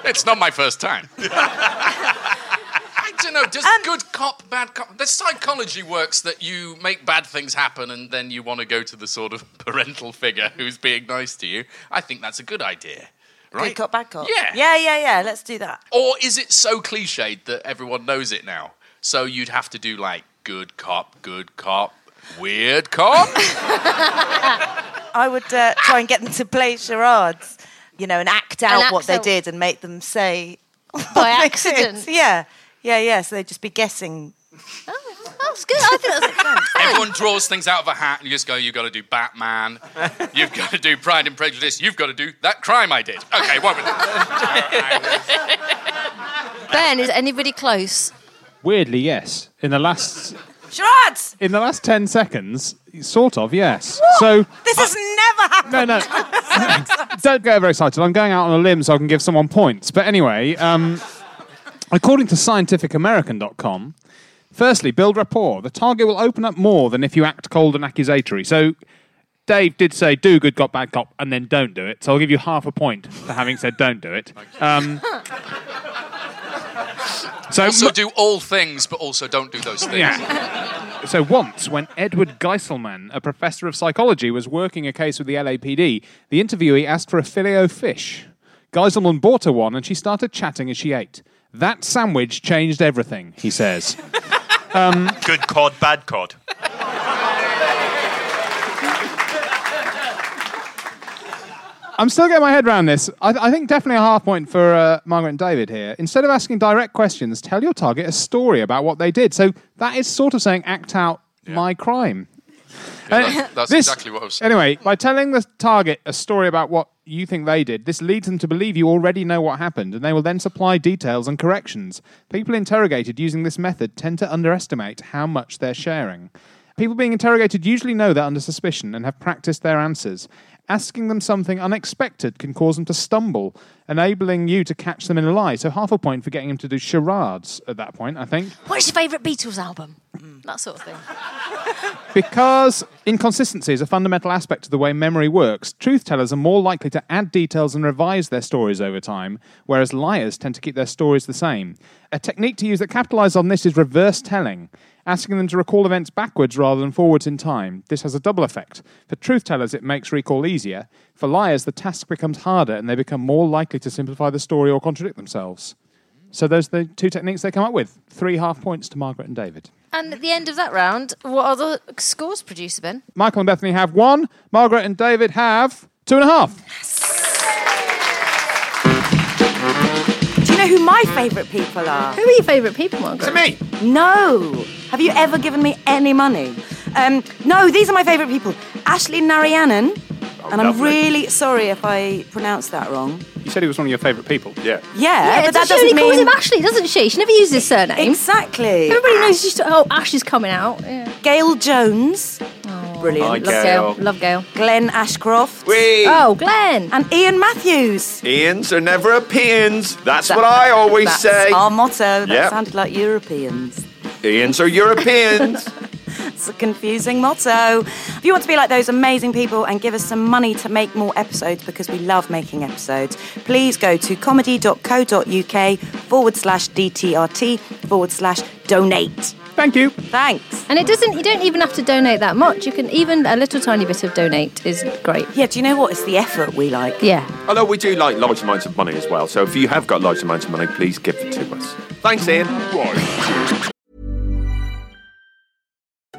[SPEAKER 2] It's not my first time. [LAUGHS] I don't know.
[SPEAKER 6] Um,
[SPEAKER 2] Does good cop, bad cop? The psychology works that you make bad things happen and then you want to go to the sort of [LAUGHS] parental figure who's being nice to you. I think that's a good idea. Right?
[SPEAKER 6] Good cop, bad cop.
[SPEAKER 2] Yeah.
[SPEAKER 6] Yeah, yeah, yeah. Let's do that.
[SPEAKER 2] Or is it so cliched that everyone knows it now? So you'd have to do like good cop, good cop, weird cop?
[SPEAKER 6] I would uh, try and get them to play charades, you know, and act out
[SPEAKER 1] act
[SPEAKER 6] what they
[SPEAKER 1] out.
[SPEAKER 6] did and make them say
[SPEAKER 1] By
[SPEAKER 6] [LAUGHS] what they
[SPEAKER 1] accident.
[SPEAKER 6] did. Yeah, yeah, yeah. So they'd just be guessing.
[SPEAKER 1] That's good. I think that's
[SPEAKER 2] [LAUGHS] Everyone draws things out of a hat and you just go, you've got to do Batman, you've got to do Pride and Prejudice, you've got to do that crime I did. Okay, one minute.
[SPEAKER 1] Ben, is anybody close?
[SPEAKER 7] Weirdly, yes. In the last
[SPEAKER 6] Charades!
[SPEAKER 7] in the last ten seconds, sort of, yes. So
[SPEAKER 6] This has never happened.
[SPEAKER 7] no, no. Don't get very excited. I'm going out on a limb so I can give someone points. But anyway, um, according to scientificamerican.com, firstly, build rapport. The target will open up more than if you act cold and accusatory. So Dave did say do good cop, bad cop, and then don't do it. So I'll give you half a point for having said don't do it. Um, so,
[SPEAKER 2] So do all things, but also don't do those things.
[SPEAKER 7] yeah. So once, when Edward Geiselman, a professor of psychology, was working a case with the LAPD, the interviewee asked for a filet fish. Geiselman bought her one, and she started chatting as she ate. That sandwich changed everything, he says.
[SPEAKER 3] cock. Good cod, bad cod.
[SPEAKER 7] I'm still getting my head around this. I, I think definitely a half point for uh, Margaret and David here. Instead of asking direct questions, tell your target a story about what they did. So that is sort of saying, act out my crime. And
[SPEAKER 2] that- that's
[SPEAKER 7] this-
[SPEAKER 2] exactly what I was saying.
[SPEAKER 7] Anyway, by telling the target a story about what you think they did, this leads them to believe you already know what happened, and they will then supply details and corrections. People interrogated using this method tend to underestimate how much they're sharing. People being interrogated usually know they're under suspicion and have practiced their answers. Asking them something unexpected can cause them to stumble, enabling you to catch them in a lie. So, half a point for getting them to do charades at that point, I think.
[SPEAKER 1] What's your favourite Beatles album? That sort of thing.
[SPEAKER 7] Because inconsistency is a fundamental aspect of the way memory works, truth tellers are more likely to add details and revise their stories over time, whereas liars tend to keep their stories the same. A technique to use that capitalizes on this is reverse telling, asking them to recall events backwards rather than forwards in time. This has a double effect. For truth tellers, it makes recall easier. For liars, the task becomes harder and they become more likely to simplify the story or contradict themselves. So those are the two techniques they come up with. Three half points to Margaret and David.
[SPEAKER 1] And at the end of that round, what are the scores, producer Ben?
[SPEAKER 7] Michael and Bethany have one. Margaret and David have two and a half.
[SPEAKER 6] Do you know who my favourite people are?
[SPEAKER 8] Who are your favourite people, Margaret?
[SPEAKER 3] me.
[SPEAKER 6] No. Have you ever given me any money? Um, no, these are my favourite people. Ashley Narayanan.
[SPEAKER 9] Oh,
[SPEAKER 6] and I'm
[SPEAKER 3] lovely.
[SPEAKER 6] really sorry if I pronounced that wrong.
[SPEAKER 7] You said he was one of your favourite people.
[SPEAKER 3] Yeah.
[SPEAKER 6] Yeah,
[SPEAKER 8] Yeah,
[SPEAKER 6] but that
[SPEAKER 8] she only
[SPEAKER 6] doesn't
[SPEAKER 8] calls
[SPEAKER 6] mean
[SPEAKER 8] him Ashley, doesn't she? She never uses his surname.
[SPEAKER 6] exactly.
[SPEAKER 8] Everybody knows she's oh Ash is coming out. Yeah.
[SPEAKER 6] Gail Jones, brilliant.
[SPEAKER 3] Hi,
[SPEAKER 8] Love
[SPEAKER 3] Gail.
[SPEAKER 8] Gail. Love Gail.
[SPEAKER 6] Glenn Ashcroft
[SPEAKER 9] We
[SPEAKER 8] Oh, Glenn.
[SPEAKER 6] and Ian Matthews.
[SPEAKER 9] Ians are never Europeans. That's what I always
[SPEAKER 6] That's
[SPEAKER 9] say.
[SPEAKER 6] our motto. That
[SPEAKER 9] Yep.
[SPEAKER 6] sounded like Europeans.
[SPEAKER 9] Ians are Europeans. [LAUGHS]
[SPEAKER 6] It's a confusing motto. If you want to be like those amazing people and give us some money to make more episodes because we love making episodes, please go to comedy.co.uk forward slash DTRT forward slash donate.
[SPEAKER 7] Thank you.
[SPEAKER 6] Thanks.
[SPEAKER 8] And it doesn't. You don't even have to donate that much. You can even a little tiny bit of donate is great.
[SPEAKER 6] Yeah, do you know what? It's the effort we like.
[SPEAKER 8] Yeah.
[SPEAKER 9] Although we do like large amounts of money as well. So if you have got large amounts of money, please give it to us. Thanks, Ian.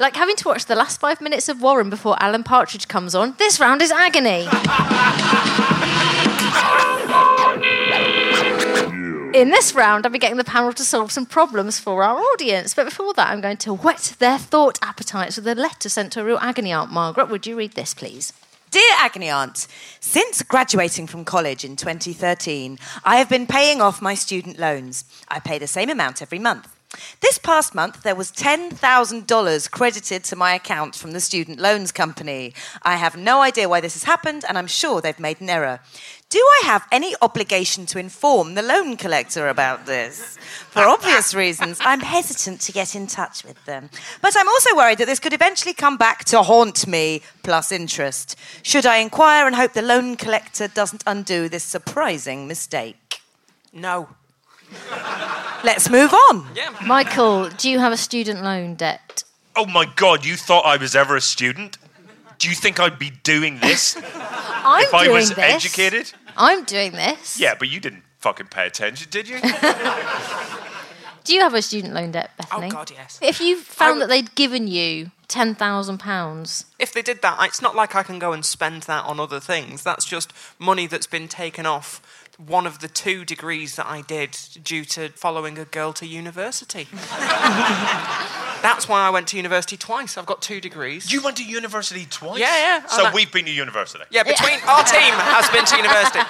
[SPEAKER 1] Like having to watch the last five minutes of Warren before Alan Partridge comes on. This round is agony. In this round, I'll be getting the panel to solve some problems for our audience. But before that, I'm going to whet their thought appetites with a letter sent to a real agony aunt. Margaret, would you read this, please?
[SPEAKER 6] Dear Agony Aunt, since graduating from college in 2013, I have been paying off my student loans. I pay the same amount every month. This past month, there was $10,000 credited to my account from the student loans company. I have no idea why this has happened, and I'm sure they've made an error. Do I have any obligation to inform the loan collector about this? For obvious reasons, I'm hesitant to get in touch with them. But I'm also worried that this could eventually come back to haunt me, plus interest. Should I inquire and hope the loan collector doesn't undo this surprising mistake?
[SPEAKER 5] No.
[SPEAKER 6] Let's move on.
[SPEAKER 1] Michael, do you have a student loan debt?
[SPEAKER 3] Oh my God! You thought I was ever a student? Do you think I'd be doing this
[SPEAKER 1] [LAUGHS] I'm
[SPEAKER 3] if I
[SPEAKER 1] doing
[SPEAKER 3] was
[SPEAKER 1] this.
[SPEAKER 3] educated?
[SPEAKER 1] I'm doing this.
[SPEAKER 3] Yeah, but you didn't fucking pay attention, did you?
[SPEAKER 1] Do you have a student loan debt, Bethany?
[SPEAKER 5] Oh, God, yes.
[SPEAKER 1] If you found
[SPEAKER 5] I-
[SPEAKER 1] that they'd given you ten thousand pounds,
[SPEAKER 5] If they did that, I- it's not like I can go and spend that on other things. That's just money that's been taken off one of the two degrees that I did due to following a girl to
[SPEAKER 3] [LAUGHS]
[SPEAKER 5] university. that's why I went to university twice. I've got two degrees.
[SPEAKER 3] you went to university twice.
[SPEAKER 5] Yeah, yeah, I
[SPEAKER 3] So
[SPEAKER 5] like-
[SPEAKER 3] we've been to university.
[SPEAKER 5] Yeah, between our team has been to university.
[SPEAKER 3] [LAUGHS]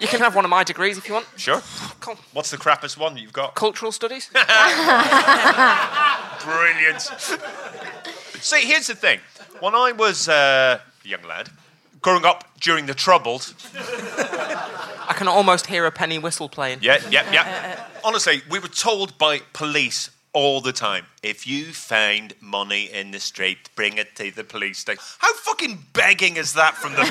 [SPEAKER 5] You can have one of my degrees if you want.
[SPEAKER 3] Sure.
[SPEAKER 5] Cool.
[SPEAKER 3] What's the crappiest one you've got?
[SPEAKER 5] Cultural studies.
[SPEAKER 3] [LAUGHS] Brilliant. See, here's the thing. When I was uh, a young lad, growing up during the Troubles,
[SPEAKER 5] I can almost hear a penny whistle playing.
[SPEAKER 3] yeah, yeah, yeah. Honestly, we were told by police all the time if you find money in the street, bring it to the police station. How fucking begging is that from the
[SPEAKER 1] Uh,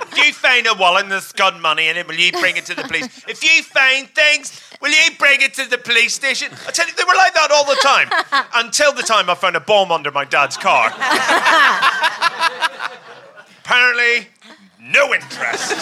[SPEAKER 5] [LAUGHS]
[SPEAKER 3] police? if you find a wallet and there's gun money in it, will you bring it to the police? If you find things, will you bring it
[SPEAKER 1] [LAUGHS]
[SPEAKER 3] to the police station? I tell you, they were like that all the time. Until the time I found a bomb under my dad's car. Apparently, no interest.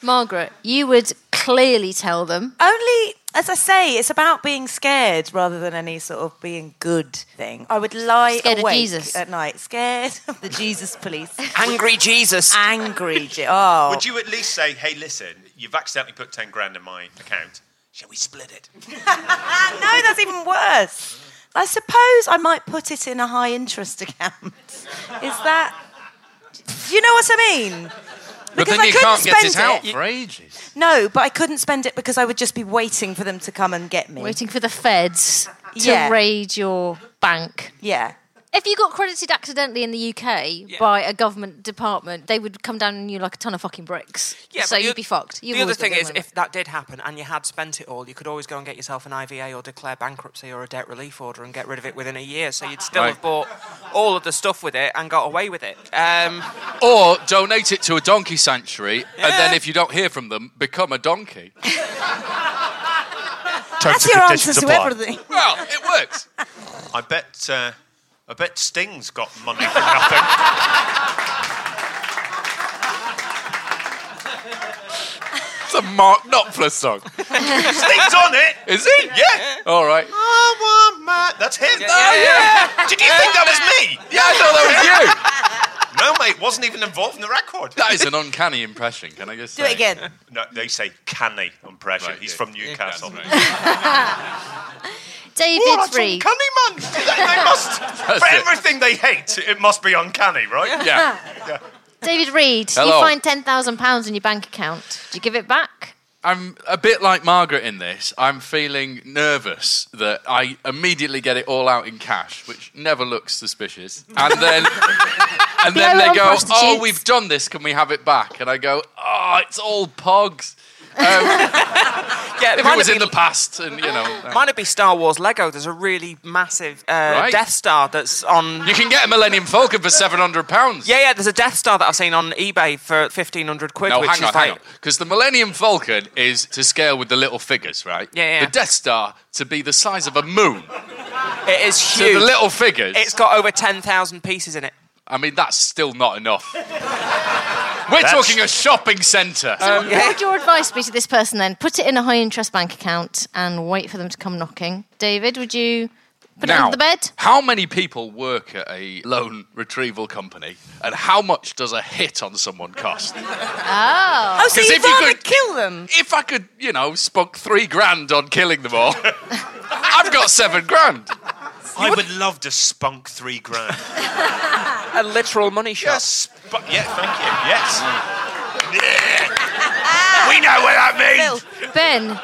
[SPEAKER 1] Margaret, you would clearly tell them.
[SPEAKER 6] Only As I say, it's about being scared rather than any sort of being good thing. I would lie
[SPEAKER 1] Scared of
[SPEAKER 6] awake
[SPEAKER 1] Jesus.
[SPEAKER 6] at night, scared of the Jesus
[SPEAKER 2] [LAUGHS]
[SPEAKER 6] police.
[SPEAKER 5] Angry Jesus.
[SPEAKER 6] Angry Je- Oh.
[SPEAKER 3] Would you at least say, hey, listen, you've accidentally put 10 grand in my account. Shall we split it?
[SPEAKER 6] Ah, no, that's even worse. I suppose I might put it in a high interest account. Is that. Do you know what I mean?
[SPEAKER 2] But
[SPEAKER 6] Because
[SPEAKER 2] then
[SPEAKER 6] I
[SPEAKER 2] you
[SPEAKER 6] couldn't
[SPEAKER 2] can't get it
[SPEAKER 6] spend
[SPEAKER 2] out
[SPEAKER 6] it.
[SPEAKER 2] for ages.
[SPEAKER 6] No, but I couldn't spend it because I would just be waiting for them to come and get me.
[SPEAKER 1] Waiting for the feds to
[SPEAKER 6] Yeah.
[SPEAKER 1] raid your bank.
[SPEAKER 6] Yeah.
[SPEAKER 1] If you got credited accidentally in the UK by a government department, they would come down on you like a ton of fucking bricks.
[SPEAKER 5] Yeah,
[SPEAKER 1] so
[SPEAKER 5] but
[SPEAKER 1] you'd
[SPEAKER 5] you-
[SPEAKER 1] be fucked. You've
[SPEAKER 5] the other
[SPEAKER 1] always got
[SPEAKER 5] thing
[SPEAKER 1] good
[SPEAKER 5] is,
[SPEAKER 1] money.
[SPEAKER 5] if that did happen and you had spent it all, you could always go and get yourself an IVA or declare bankruptcy or a debt relief order and get rid of it within a year. So you'd still
[SPEAKER 2] Right.
[SPEAKER 5] have bought all of the stuff with it and got away with it. Um,
[SPEAKER 2] Or donate it to a donkey sanctuary, and then if you don't hear from them, become a donkey.
[SPEAKER 6] [LAUGHS] That's your answer to everything.
[SPEAKER 2] [LAUGHS] Well, it works.
[SPEAKER 3] I bet, uh, I bet Sting's got money for nothing.
[SPEAKER 2] [LAUGHS] It's a Mark Knopfler [LAUGHS] song.
[SPEAKER 3] Sting's on it!
[SPEAKER 2] Is it?
[SPEAKER 3] Yeah!
[SPEAKER 2] All right.
[SPEAKER 3] I want my... That's him!
[SPEAKER 2] yeah.
[SPEAKER 3] Did you think that was me?
[SPEAKER 2] Yeah, I thought that was you.
[SPEAKER 3] [LAUGHS] No, mate, wasn't even involved in the record.
[SPEAKER 2] That is an uncanny impression. Can I just
[SPEAKER 6] Do
[SPEAKER 2] say?
[SPEAKER 6] it again.
[SPEAKER 3] No, they say canny impression.
[SPEAKER 2] Right,
[SPEAKER 3] He's
[SPEAKER 2] yeah.
[SPEAKER 3] from Newcastle.
[SPEAKER 2] That's right.
[SPEAKER 1] David
[SPEAKER 3] Oh, that's
[SPEAKER 1] Reed.
[SPEAKER 3] uncanny, man.
[SPEAKER 1] [LAUGHS]
[SPEAKER 3] They, they must, [LAUGHS] for
[SPEAKER 2] it.
[SPEAKER 3] everything they hate, it must be uncanny, right?
[SPEAKER 2] Yeah.
[SPEAKER 1] [LAUGHS] David Reed,
[SPEAKER 2] Hello.
[SPEAKER 1] you find ten thousand pounds in your bank account. Do you give it back?
[SPEAKER 2] I'm a bit like Margaret in this. I'm feeling nervous that I immediately get it all out in cash, which never looks suspicious.
[SPEAKER 6] [LAUGHS]
[SPEAKER 5] [LAUGHS]
[SPEAKER 2] And then and then
[SPEAKER 1] Blow
[SPEAKER 2] they
[SPEAKER 1] on
[SPEAKER 2] go, "Oh,
[SPEAKER 1] prostitutes."
[SPEAKER 2] we've done this. Can we have it back?" And I go, "Oh, it's all pogs. Um,
[SPEAKER 5] [LAUGHS] yeah,
[SPEAKER 2] If it
[SPEAKER 5] mine
[SPEAKER 2] was
[SPEAKER 5] would
[SPEAKER 2] in
[SPEAKER 5] be-
[SPEAKER 2] the past, and you know, uh,
[SPEAKER 5] Mine would be Star Wars Lego. There's a really massive uh,
[SPEAKER 2] Right.
[SPEAKER 5] Death Star that's on.
[SPEAKER 2] you can get a Millennium Falcon for seven hundred pounds."
[SPEAKER 5] Yeah, yeah. There's a Death Star that I've seen on eBay for fifteen hundred quid.
[SPEAKER 2] No,
[SPEAKER 5] which
[SPEAKER 2] hang
[SPEAKER 5] is
[SPEAKER 2] on, hang
[SPEAKER 5] like-
[SPEAKER 2] on. Because the Millennium Falcon is to scale with the little figures, right?
[SPEAKER 5] Yeah, yeah.
[SPEAKER 2] The Death Star to be the size of a moon.
[SPEAKER 5] It is
[SPEAKER 2] To
[SPEAKER 5] huge.
[SPEAKER 2] the little figures.
[SPEAKER 5] It's got over ten thousand pieces in it.
[SPEAKER 2] I mean, that's still not enough. We're talking a shopping centre.
[SPEAKER 3] Um,
[SPEAKER 1] What would your advice be to this person then? Put it in a high interest bank account and wait for them to come knocking. David, would you put it
[SPEAKER 2] now,
[SPEAKER 1] under the bed?
[SPEAKER 2] how many people work at a loan retrieval company, and how much does a hit on someone cost?
[SPEAKER 6] Oh, so
[SPEAKER 2] 'Cause
[SPEAKER 6] you'd
[SPEAKER 2] if you
[SPEAKER 6] rather [LAUGHS]
[SPEAKER 2] could-
[SPEAKER 6] kill them?
[SPEAKER 2] if I could, you know, spunk three grand on killing them all, [LAUGHS] I've got seven grand.
[SPEAKER 3] I would love to spunk three grand.
[SPEAKER 5] A literal money shot.
[SPEAKER 3] yes. But, yeah, thank you. Yes.
[SPEAKER 2] Mm.
[SPEAKER 3] Yeah. we know what that means.
[SPEAKER 1] Ben,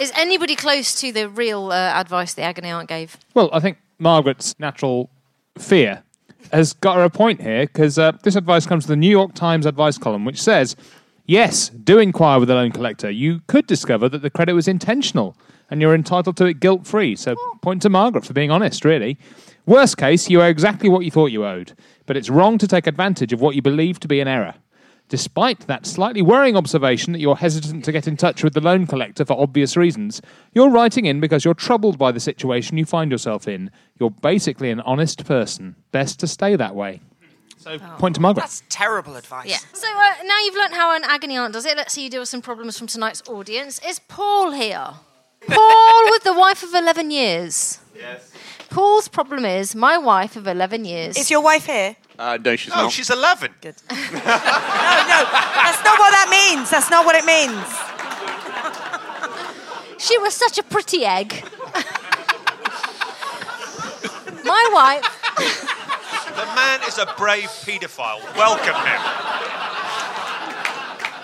[SPEAKER 1] is anybody close to the real uh, advice the agony aunt gave?
[SPEAKER 7] Well, I think Margaret's natural fear has got her a point here because uh, this advice comes from the New York Times advice column, which says, Yes, do inquire with a loan collector. You could discover that the credit was intentional and you're entitled to it guilt free. So, point to Margaret for being honest, really. Worst case, you owe exactly what you thought you owed, but it's wrong to take advantage of what you believe to be an error. Despite that slightly worrying observation that you're hesitant to get in touch with the loan collector for obvious reasons, you're writing in because you're troubled by the situation you find yourself in. You're basically an honest person. Best to stay that way. So, point to Margaret.
[SPEAKER 5] That's terrible advice.
[SPEAKER 1] Yeah. So uh, now you've learnt how an agony aunt does it. Let's see you deal with some problems from tonight's audience. Is Paul here? Paul with the wife of 11 years. Yes. Paul's problem is my wife of 11 years.
[SPEAKER 6] Is your wife here?
[SPEAKER 10] Uh, no, she's
[SPEAKER 3] Oh,
[SPEAKER 10] not.
[SPEAKER 3] she's 11.
[SPEAKER 6] No,
[SPEAKER 2] [LAUGHS]
[SPEAKER 6] no, that's not what that means. That's not what it means.
[SPEAKER 1] She was such a pretty egg. [LAUGHS] my wife.
[SPEAKER 3] The man is a brave paedophile. Welcome him.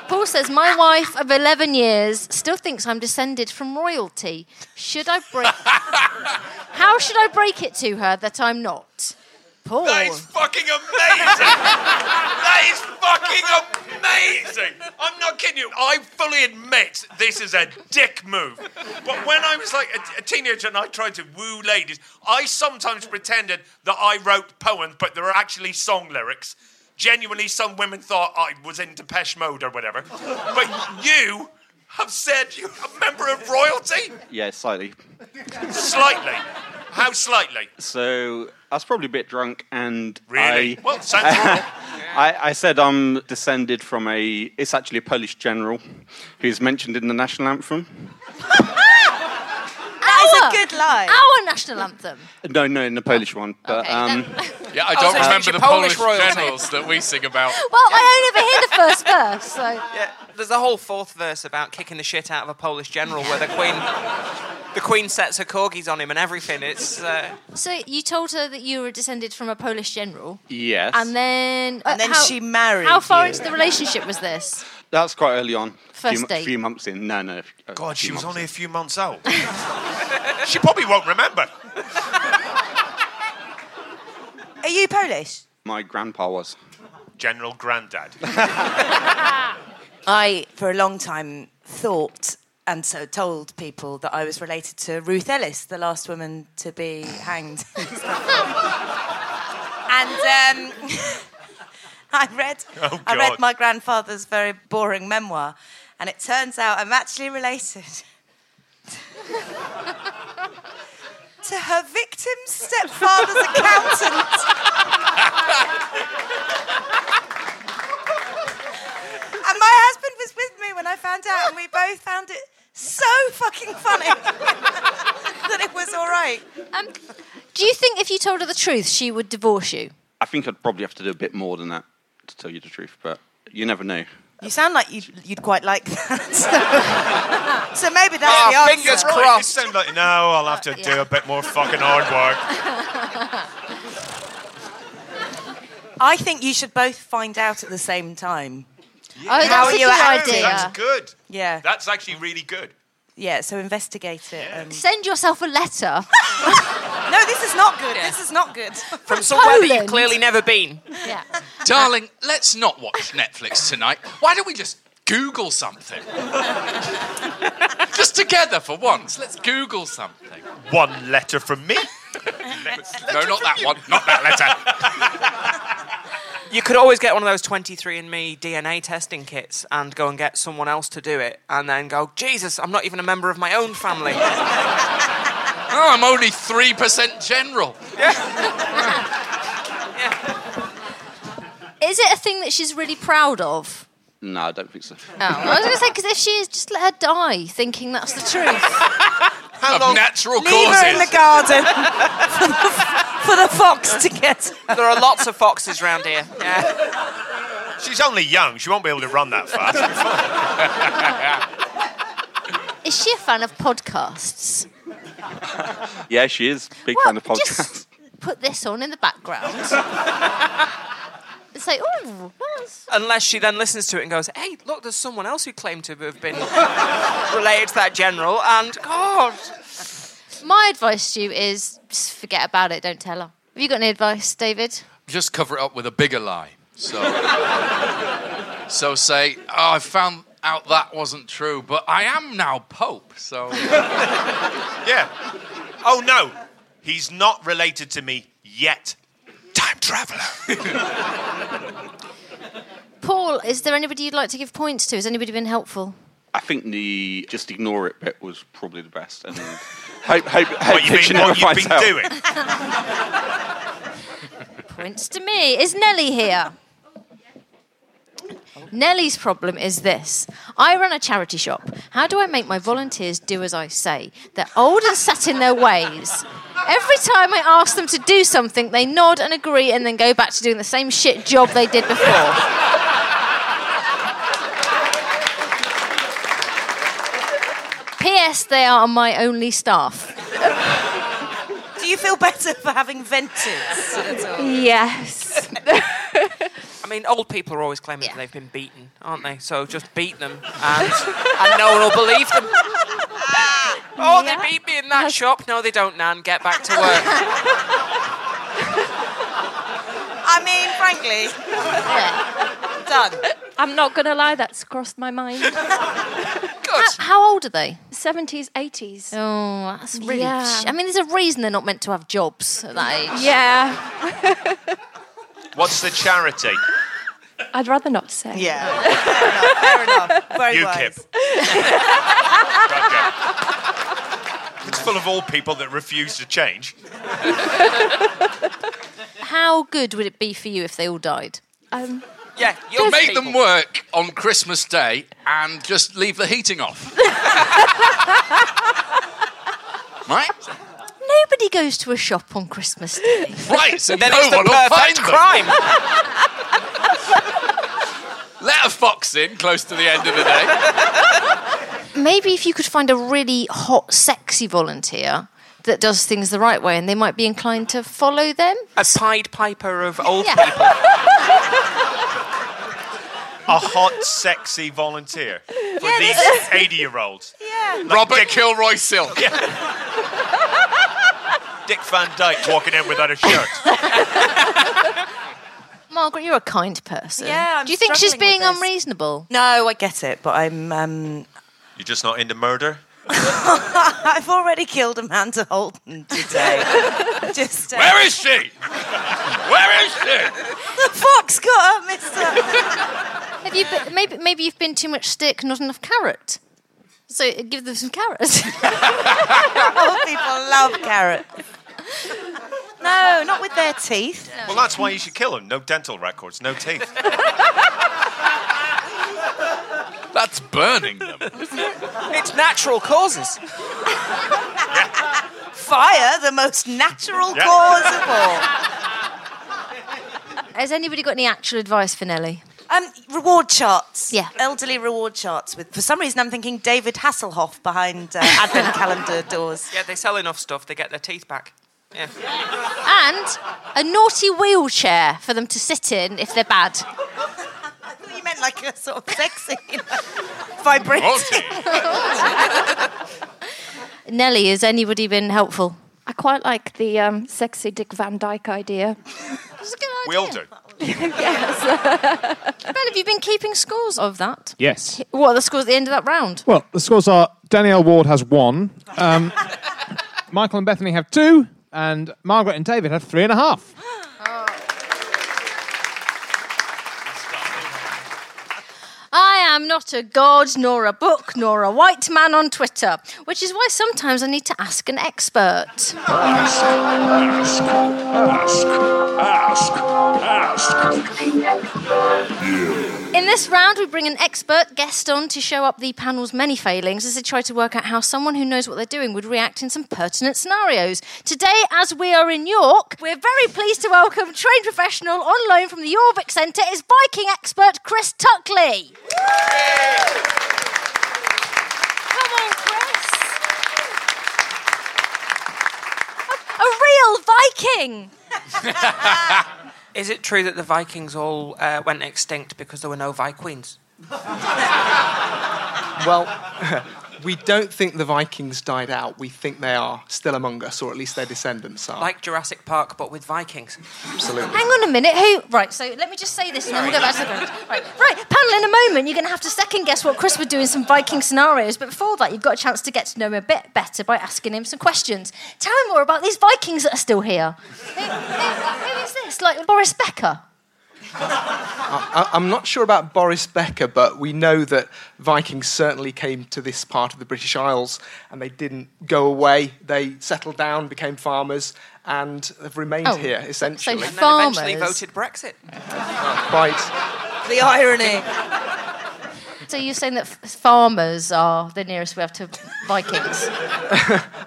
[SPEAKER 1] Paul says my wife of 11 years still thinks I'm descended from royalty. Should I
[SPEAKER 6] [LAUGHS]
[SPEAKER 1] break? How should I break it to her that I'm not? Paul.
[SPEAKER 3] That is fucking amazing.
[SPEAKER 6] [LAUGHS]
[SPEAKER 3] that is fucking amazing. I'm not kidding you. I fully admit this is a dick move. But when I was like a, a teenager and I tried to woo ladies, I sometimes pretended that I wrote poems, but there were actually song lyrics. Genuinely, some women thought I was in Depeche Mode or whatever. But you have said you're a member of royalty?
[SPEAKER 10] Yeah, slightly.
[SPEAKER 3] Slightly. How slightly?
[SPEAKER 10] So I was probably a bit drunk, and
[SPEAKER 3] Really?
[SPEAKER 10] I,
[SPEAKER 3] Well,
[SPEAKER 10] [LAUGHS]
[SPEAKER 3] sounds wrong.
[SPEAKER 10] I, I said I'm descended from a. It's actually a Polish general who's mentioned in the national anthem.
[SPEAKER 1] our,
[SPEAKER 6] good line.
[SPEAKER 1] Our national anthem.
[SPEAKER 10] No, no, in the Polish one. But um,
[SPEAKER 3] [LAUGHS]
[SPEAKER 2] Yeah, I don't
[SPEAKER 1] Oh, so
[SPEAKER 2] remember
[SPEAKER 1] it's
[SPEAKER 2] the
[SPEAKER 5] actually Polish
[SPEAKER 2] Polish,
[SPEAKER 5] royalty.
[SPEAKER 2] generals that we sing about.
[SPEAKER 1] Well, I only ever hear the first
[SPEAKER 6] [LAUGHS]
[SPEAKER 1] verse. So.
[SPEAKER 5] Yeah, there's a whole fourth verse about kicking the shit out of a Polish general where the queen, the queen sets her corgis on him and everything. It's uh,
[SPEAKER 1] So you told her that you were descended from a Polish general,
[SPEAKER 10] yes,
[SPEAKER 1] and then and
[SPEAKER 6] then she married
[SPEAKER 1] How far
[SPEAKER 6] you.
[SPEAKER 1] into the relationship was this?
[SPEAKER 10] that's quite early on.
[SPEAKER 1] First
[SPEAKER 10] few, mu-
[SPEAKER 1] date.
[SPEAKER 10] few months in. No, no. a
[SPEAKER 3] God,
[SPEAKER 10] few
[SPEAKER 3] she was
[SPEAKER 10] months.
[SPEAKER 3] only a few months old. [LAUGHS] she probably won't remember.
[SPEAKER 6] Are you
[SPEAKER 1] [LAUGHS]
[SPEAKER 6] Polish?
[SPEAKER 10] My grandpa was.
[SPEAKER 3] General Grandad.
[SPEAKER 6] I, for a long time, thought and so told people that I was related to Ruth Ellis, the last woman to be hanged. [LAUGHS] and um, [LAUGHS] I read,
[SPEAKER 11] Oh,
[SPEAKER 6] I read
[SPEAKER 11] God.
[SPEAKER 6] my grandfather's very boring memoir, and it turns out I'm actually related. [LAUGHS] To her victim's stepfather's
[SPEAKER 3] [LAUGHS]
[SPEAKER 6] accountant. And my husband was with me when I found out, and we both found it so fucking funny [LAUGHS] that it was all right.
[SPEAKER 1] Um, do you think if you told her the truth, she would divorce you?
[SPEAKER 10] I think I'd probably have to do a bit more than that to tell you the truth, but you never know.
[SPEAKER 6] You sound like you'd, you'd quite like that. [LAUGHS] so maybe that's the
[SPEAKER 3] Ah,
[SPEAKER 6] answer.
[SPEAKER 3] fingers crossed. It sounded like, no, I'll have to do a bit more fucking hard
[SPEAKER 6] [LAUGHS]
[SPEAKER 3] work.
[SPEAKER 6] I think you should both find out at the same time.
[SPEAKER 1] Oh, that's
[SPEAKER 6] How
[SPEAKER 1] a
[SPEAKER 6] are you
[SPEAKER 1] good
[SPEAKER 6] at
[SPEAKER 1] idea.
[SPEAKER 3] That's good.
[SPEAKER 6] Yeah.
[SPEAKER 3] That's actually really good.
[SPEAKER 6] Yeah, so investigate it. and-
[SPEAKER 1] Send yourself a letter.
[SPEAKER 6] [LAUGHS] no, this is not good. This is not good.
[SPEAKER 5] from somewhere that you've
[SPEAKER 1] Poland.
[SPEAKER 5] clearly never been.
[SPEAKER 1] yeah.
[SPEAKER 2] Darling, let's not watch Netflix tonight. Why don't we just Google something? just together for once. Let's Google something.
[SPEAKER 3] One letter from me.
[SPEAKER 2] No, not that one. Not that letter.
[SPEAKER 5] You could always get one of those 23andMe DNA testing kits and go and get someone else to do it, and then go, Jesus, I'm not even a member of my own family.
[SPEAKER 2] Oh, I'm only 3% general.
[SPEAKER 1] Is it a thing that she's really proud of?
[SPEAKER 10] No, I don't think so.
[SPEAKER 1] Oh, I was going to say because if she is, just let her die thinking that's the truth.
[SPEAKER 2] of natural
[SPEAKER 6] Leave her in the
[SPEAKER 2] causes.
[SPEAKER 6] garden [LAUGHS] for the, for the fox to get.
[SPEAKER 5] there are lots of foxes round here. Yeah.
[SPEAKER 3] She's only young. She won't be able to run that fast. [LAUGHS]
[SPEAKER 1] Is she a fan of podcasts?
[SPEAKER 10] Yeah, she is. Big fan of podcasts.
[SPEAKER 1] Just put this on in the background. it's like, oh, that's-
[SPEAKER 5] Unless she then listens to it and goes, hey, look, there's someone else who claimed to have been related to that general, and God.
[SPEAKER 1] my advice to you is just forget about it. Don't tell her. Have you got any advice, David?
[SPEAKER 2] Just cover it up with a bigger lie. So, so say, oh, I found out that wasn't true, but I am now Pope, so. uh,
[SPEAKER 3] yeah. Oh no, he's not related to me yet. Time traveler.
[SPEAKER 1] Paul, is there anybody you'd like to give points to? Has anybody been helpful?
[SPEAKER 10] [LAUGHS] I think the just ignore it bit was probably the best. And [LAUGHS] hope, hope, hope
[SPEAKER 3] what you've
[SPEAKER 10] she
[SPEAKER 3] been,
[SPEAKER 10] never
[SPEAKER 3] what you've
[SPEAKER 10] finds
[SPEAKER 3] been
[SPEAKER 10] out.
[SPEAKER 6] [LAUGHS]
[SPEAKER 3] doing.
[SPEAKER 1] Points to me. Is Nelly here? Nelly's problem is this. I run a charity shop. How do I make my volunteers do as I say? They're old and set in their ways. Every time I ask them to do something, they nod and agree and then go back to doing the same shit job they did before. P.S. They are my only staff.
[SPEAKER 6] [LAUGHS] Do you feel better for having vented? at all?
[SPEAKER 1] Yes.
[SPEAKER 5] I mean, old people are always claiming that they've been beaten, aren't they? So just beat them, and, and no one will believe them. Oh, they beat me in that shop. No, they don't, Nan. Get back to work.
[SPEAKER 6] [LAUGHS] I mean, frankly, done.
[SPEAKER 12] I'm not going to lie, that's crossed my
[SPEAKER 5] [LAUGHS]
[SPEAKER 12] mind.
[SPEAKER 1] Good. How, how old are they?
[SPEAKER 12] 70s, 80s.
[SPEAKER 1] Oh, that's really.
[SPEAKER 12] Yeah.
[SPEAKER 1] I mean, there's a reason they're not meant to have jobs at that age.
[SPEAKER 12] Yeah,
[SPEAKER 3] What's the charity?
[SPEAKER 12] I'd rather not say.
[SPEAKER 6] Yeah. [LAUGHS] Fair enough. Fair enough. Very
[SPEAKER 3] UKIP.
[SPEAKER 6] wise.
[SPEAKER 3] [LAUGHS] It's full of all people that refuse to change.
[SPEAKER 1] [LAUGHS] How good would it be for you if they all died?
[SPEAKER 12] Um,
[SPEAKER 5] yeah,
[SPEAKER 2] You'll make them work on Christmas Day and just leave the heating off. Right?
[SPEAKER 1] Nobody goes to a shop on
[SPEAKER 5] [LAUGHS]
[SPEAKER 1] Christmas Day.
[SPEAKER 2] Right, so
[SPEAKER 5] Then
[SPEAKER 2] no
[SPEAKER 5] it's the
[SPEAKER 2] one will
[SPEAKER 5] perfect
[SPEAKER 2] find them.
[SPEAKER 5] crime.
[SPEAKER 2] Let a fox in close to the end of the day.
[SPEAKER 1] [LAUGHS] Maybe if you could find a really hot, sexy volunteer that does things the right way and they might be inclined to follow them.
[SPEAKER 5] A Pied Piper of old
[SPEAKER 1] Yeah.
[SPEAKER 5] people.
[SPEAKER 3] A hot, sexy volunteer for these 80 year olds. Yeah.
[SPEAKER 2] Robert Kilroy Silk.
[SPEAKER 3] Dick Van Dyke walking in without a shirt.
[SPEAKER 1] Margaret, you're a kind person.
[SPEAKER 6] Yeah, I'm
[SPEAKER 1] Do you think she's
[SPEAKER 6] struggling with
[SPEAKER 1] being
[SPEAKER 6] this.
[SPEAKER 1] unreasonable?
[SPEAKER 6] No, I get it, but I'm. Um,
[SPEAKER 3] You're just not into murder?
[SPEAKER 6] I've already killed Amanda Holton today. [LAUGHS] Just uh,
[SPEAKER 3] Where is she? Where is
[SPEAKER 6] [LAUGHS]
[SPEAKER 3] she?
[SPEAKER 6] the fox got up, Mister.
[SPEAKER 1] Have you been, maybe maybe you've been too much stick, not enough carrot. So give them some carrots.
[SPEAKER 6] Old people love carrot. No, not with their teeth.
[SPEAKER 3] Well, that's why you should kill him. No dental records, no teeth.
[SPEAKER 2] That's burning them.
[SPEAKER 5] It's natural causes.
[SPEAKER 6] [LAUGHS] Fire, the most natural
[SPEAKER 5] Yeah.
[SPEAKER 6] cause of all.
[SPEAKER 1] [LAUGHS] Has anybody got any actual advice for Nelly?
[SPEAKER 6] Um, reward charts.
[SPEAKER 1] Yeah.
[SPEAKER 6] Elderly reward charts. With for some reason I'm thinking David Hasselhoff behind uh,
[SPEAKER 3] [LAUGHS]
[SPEAKER 6] advent calendar doors.
[SPEAKER 5] Yeah, they sell enough stuff, they get their teeth back. Yeah.
[SPEAKER 6] [LAUGHS]
[SPEAKER 1] And a naughty wheelchair for them to sit in if they're bad.
[SPEAKER 6] I thought you meant like a sort of sexy, [LAUGHS] you know, vibrating. [LAUGHS]
[SPEAKER 1] Nelly, has anybody been helpful?
[SPEAKER 12] I quite like the um, sexy Dick Van Dyke idea. [LAUGHS]
[SPEAKER 3] We'll do.
[SPEAKER 1] Ben, have you been keeping scores of that?
[SPEAKER 7] Yes.
[SPEAKER 1] What are the scores at the end of that round?
[SPEAKER 7] Well, the scores are Danielle Ward has one, um, [LAUGHS] Michael and Bethany have two, and Margaret and David have three and a half.
[SPEAKER 1] I am not a god, nor a book, nor a white man on Twitter, which is why sometimes I need to ask an expert.
[SPEAKER 4] Ask, ask, ask, ask.
[SPEAKER 1] In this round, we bring an expert guest on to show up the panel's many failings as they try to work out how someone who knows what they're doing would react in some pertinent scenarios. Today, as we are in York, we're very pleased to welcome trained professional on loan from the Jorvik Centre is biking expert Chris Tuckley. Come on, Chris. A- A real Viking.
[SPEAKER 5] Is it true that the Vikings all uh, went extinct because there were no Vikings?
[SPEAKER 11] Well, [LAUGHS] we don't think the Vikings died out. We think they are still among us, or at least their descendants are.
[SPEAKER 5] Like Jurassic Park, but with Vikings.
[SPEAKER 11] Absolutely.
[SPEAKER 1] Hang on a minute. Who? Right. So let me just say this, and then we'll go back to the ground. Right. Right. Panel. In a moment, you're going to have to second guess what Chris would do in some Viking scenarios. But before that, you've got a chance to get to know him a bit better by asking him some questions. Tell him more about these Vikings that are still here. Who- who- who is this? Like Boris Becker?
[SPEAKER 11] I, I- I'm not sure about Boris Becker, but we know that Vikings certainly came to this part of the British Isles and they didn't go away. They settled down, became farmers, and have remained
[SPEAKER 5] Oh,
[SPEAKER 11] here essentially.
[SPEAKER 5] And then eventually voted Brexit.
[SPEAKER 11] Quite.
[SPEAKER 6] The irony.
[SPEAKER 1] So you're saying that f- farmers are the nearest we have to Vikings?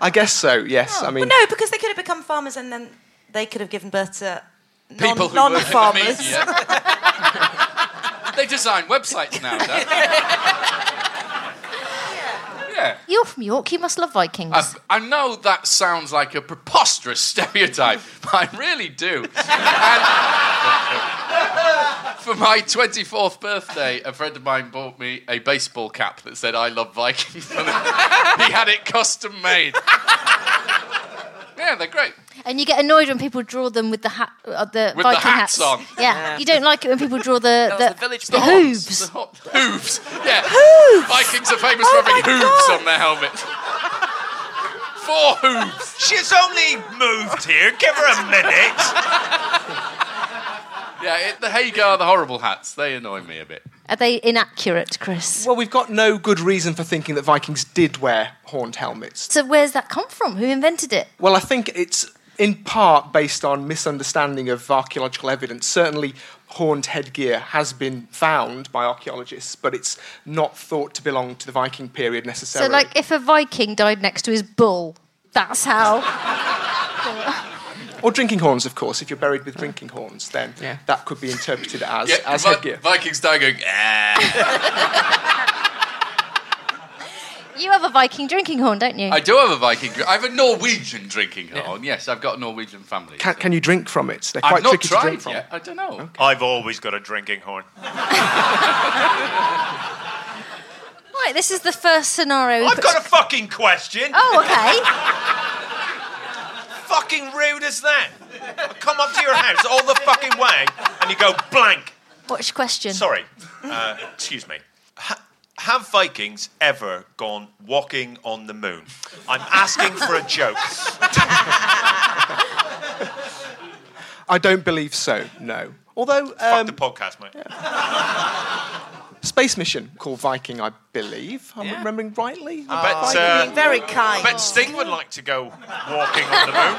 [SPEAKER 11] I guess so. Yes. I mean.
[SPEAKER 6] Oh, Well, no, because they could have become farmers and then they could have given birth to non,
[SPEAKER 2] People who work in the
[SPEAKER 6] non-farmers.
[SPEAKER 2] media. they design websites now, Dad. Yeah.
[SPEAKER 1] You're from York. You must love Vikings.
[SPEAKER 2] I, I know that sounds like a preposterous [LAUGHS] stereotype, but I really do. And for my 24th birthday, a friend of mine bought me a baseball cap that said, I love Vikings. [LAUGHS] on it. he had it custom made. yeah, they're great.
[SPEAKER 1] And you get annoyed when people draw them with the hat, uh, the
[SPEAKER 2] With the
[SPEAKER 1] Viking
[SPEAKER 2] hats on.
[SPEAKER 1] Yeah. you don't like it when people draw the the, the hooves.
[SPEAKER 2] The ho- hooves. Yeah.
[SPEAKER 1] Hooves.
[SPEAKER 2] Vikings are famous
[SPEAKER 1] Oh
[SPEAKER 2] for having
[SPEAKER 1] my
[SPEAKER 2] hooves
[SPEAKER 1] God.
[SPEAKER 2] on their helmet. Four hooves.
[SPEAKER 3] She's only moved here. Give her a minute.
[SPEAKER 2] Yeah, it, the Hagar, the horrible hats, they annoy me a bit.
[SPEAKER 1] Are they inaccurate, Chris?
[SPEAKER 11] Well, we've got no good reason for thinking that Vikings did wear horned helmets.
[SPEAKER 1] So where's that come from? Who invented it?
[SPEAKER 11] Well, I think it's in part based on misunderstanding of archaeological evidence. Certainly, horned headgear has been found by archaeologists, but it's not thought to belong to the Viking period
[SPEAKER 1] So
[SPEAKER 11] necessarily.
[SPEAKER 1] like if a Viking died next to his bull,
[SPEAKER 12] That's how.
[SPEAKER 11] Or drinking horns, of course. If you're buried with drinking horns, then that could be interpreted as,
[SPEAKER 2] Yeah,
[SPEAKER 11] as
[SPEAKER 2] Vi-
[SPEAKER 11] headgear.
[SPEAKER 2] Vikings die going,
[SPEAKER 1] [LAUGHS]
[SPEAKER 2] "Ah."
[SPEAKER 1] [LAUGHS] You have a Viking drinking horn, don't you?
[SPEAKER 2] I do have a Viking. dr- I have a Norwegian drinking horn. Yes, I've got a Norwegian family. Oh.
[SPEAKER 11] Can, can you drink from it? They're
[SPEAKER 2] I've
[SPEAKER 11] quite
[SPEAKER 2] not
[SPEAKER 11] tricky
[SPEAKER 2] tried
[SPEAKER 11] to drink from.
[SPEAKER 2] yet. I don't know.
[SPEAKER 3] I've always got a drinking horn.
[SPEAKER 1] Right, this is the first scenario.
[SPEAKER 3] I've got a fucking question.
[SPEAKER 1] Oh, okay.
[SPEAKER 3] [LAUGHS] fucking rude as that. I come up to your house all the fucking way, and you go blank.
[SPEAKER 1] What's your question?
[SPEAKER 3] Sorry. Uh, excuse me. Ha- have Vikings ever gone walking on the moon? I'm asking for a joke.
[SPEAKER 11] I don't believe so. No. Although um,
[SPEAKER 3] Fuck the podcast, mate.
[SPEAKER 11] space mission called Viking, I believe. I'm remembering rightly.
[SPEAKER 3] I bet, uh,
[SPEAKER 11] Viking.
[SPEAKER 3] I bet Sting would like to go walking on the moon.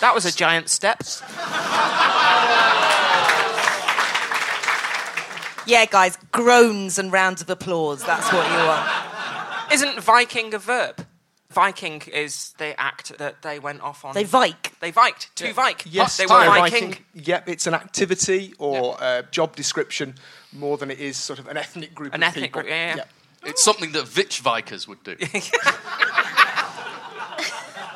[SPEAKER 5] That was a giant step.
[SPEAKER 6] [LAUGHS] Yeah, guys, groans and rounds of applause. That's what you want.
[SPEAKER 5] Isn't Viking a verb? Viking is the act that they went off on.
[SPEAKER 6] They vike.
[SPEAKER 5] They viked. To vike.
[SPEAKER 11] Yes,
[SPEAKER 5] they were
[SPEAKER 11] time.
[SPEAKER 5] Viking.
[SPEAKER 11] [LAUGHS] Yep, it's an activity or uh, job description more than it is sort of an ethnic group.
[SPEAKER 5] An
[SPEAKER 11] of
[SPEAKER 5] ethnic
[SPEAKER 11] people.
[SPEAKER 5] group, yeah, yeah.
[SPEAKER 2] It's something that Vitch Vikers would
[SPEAKER 1] [LAUGHS]
[SPEAKER 2] do.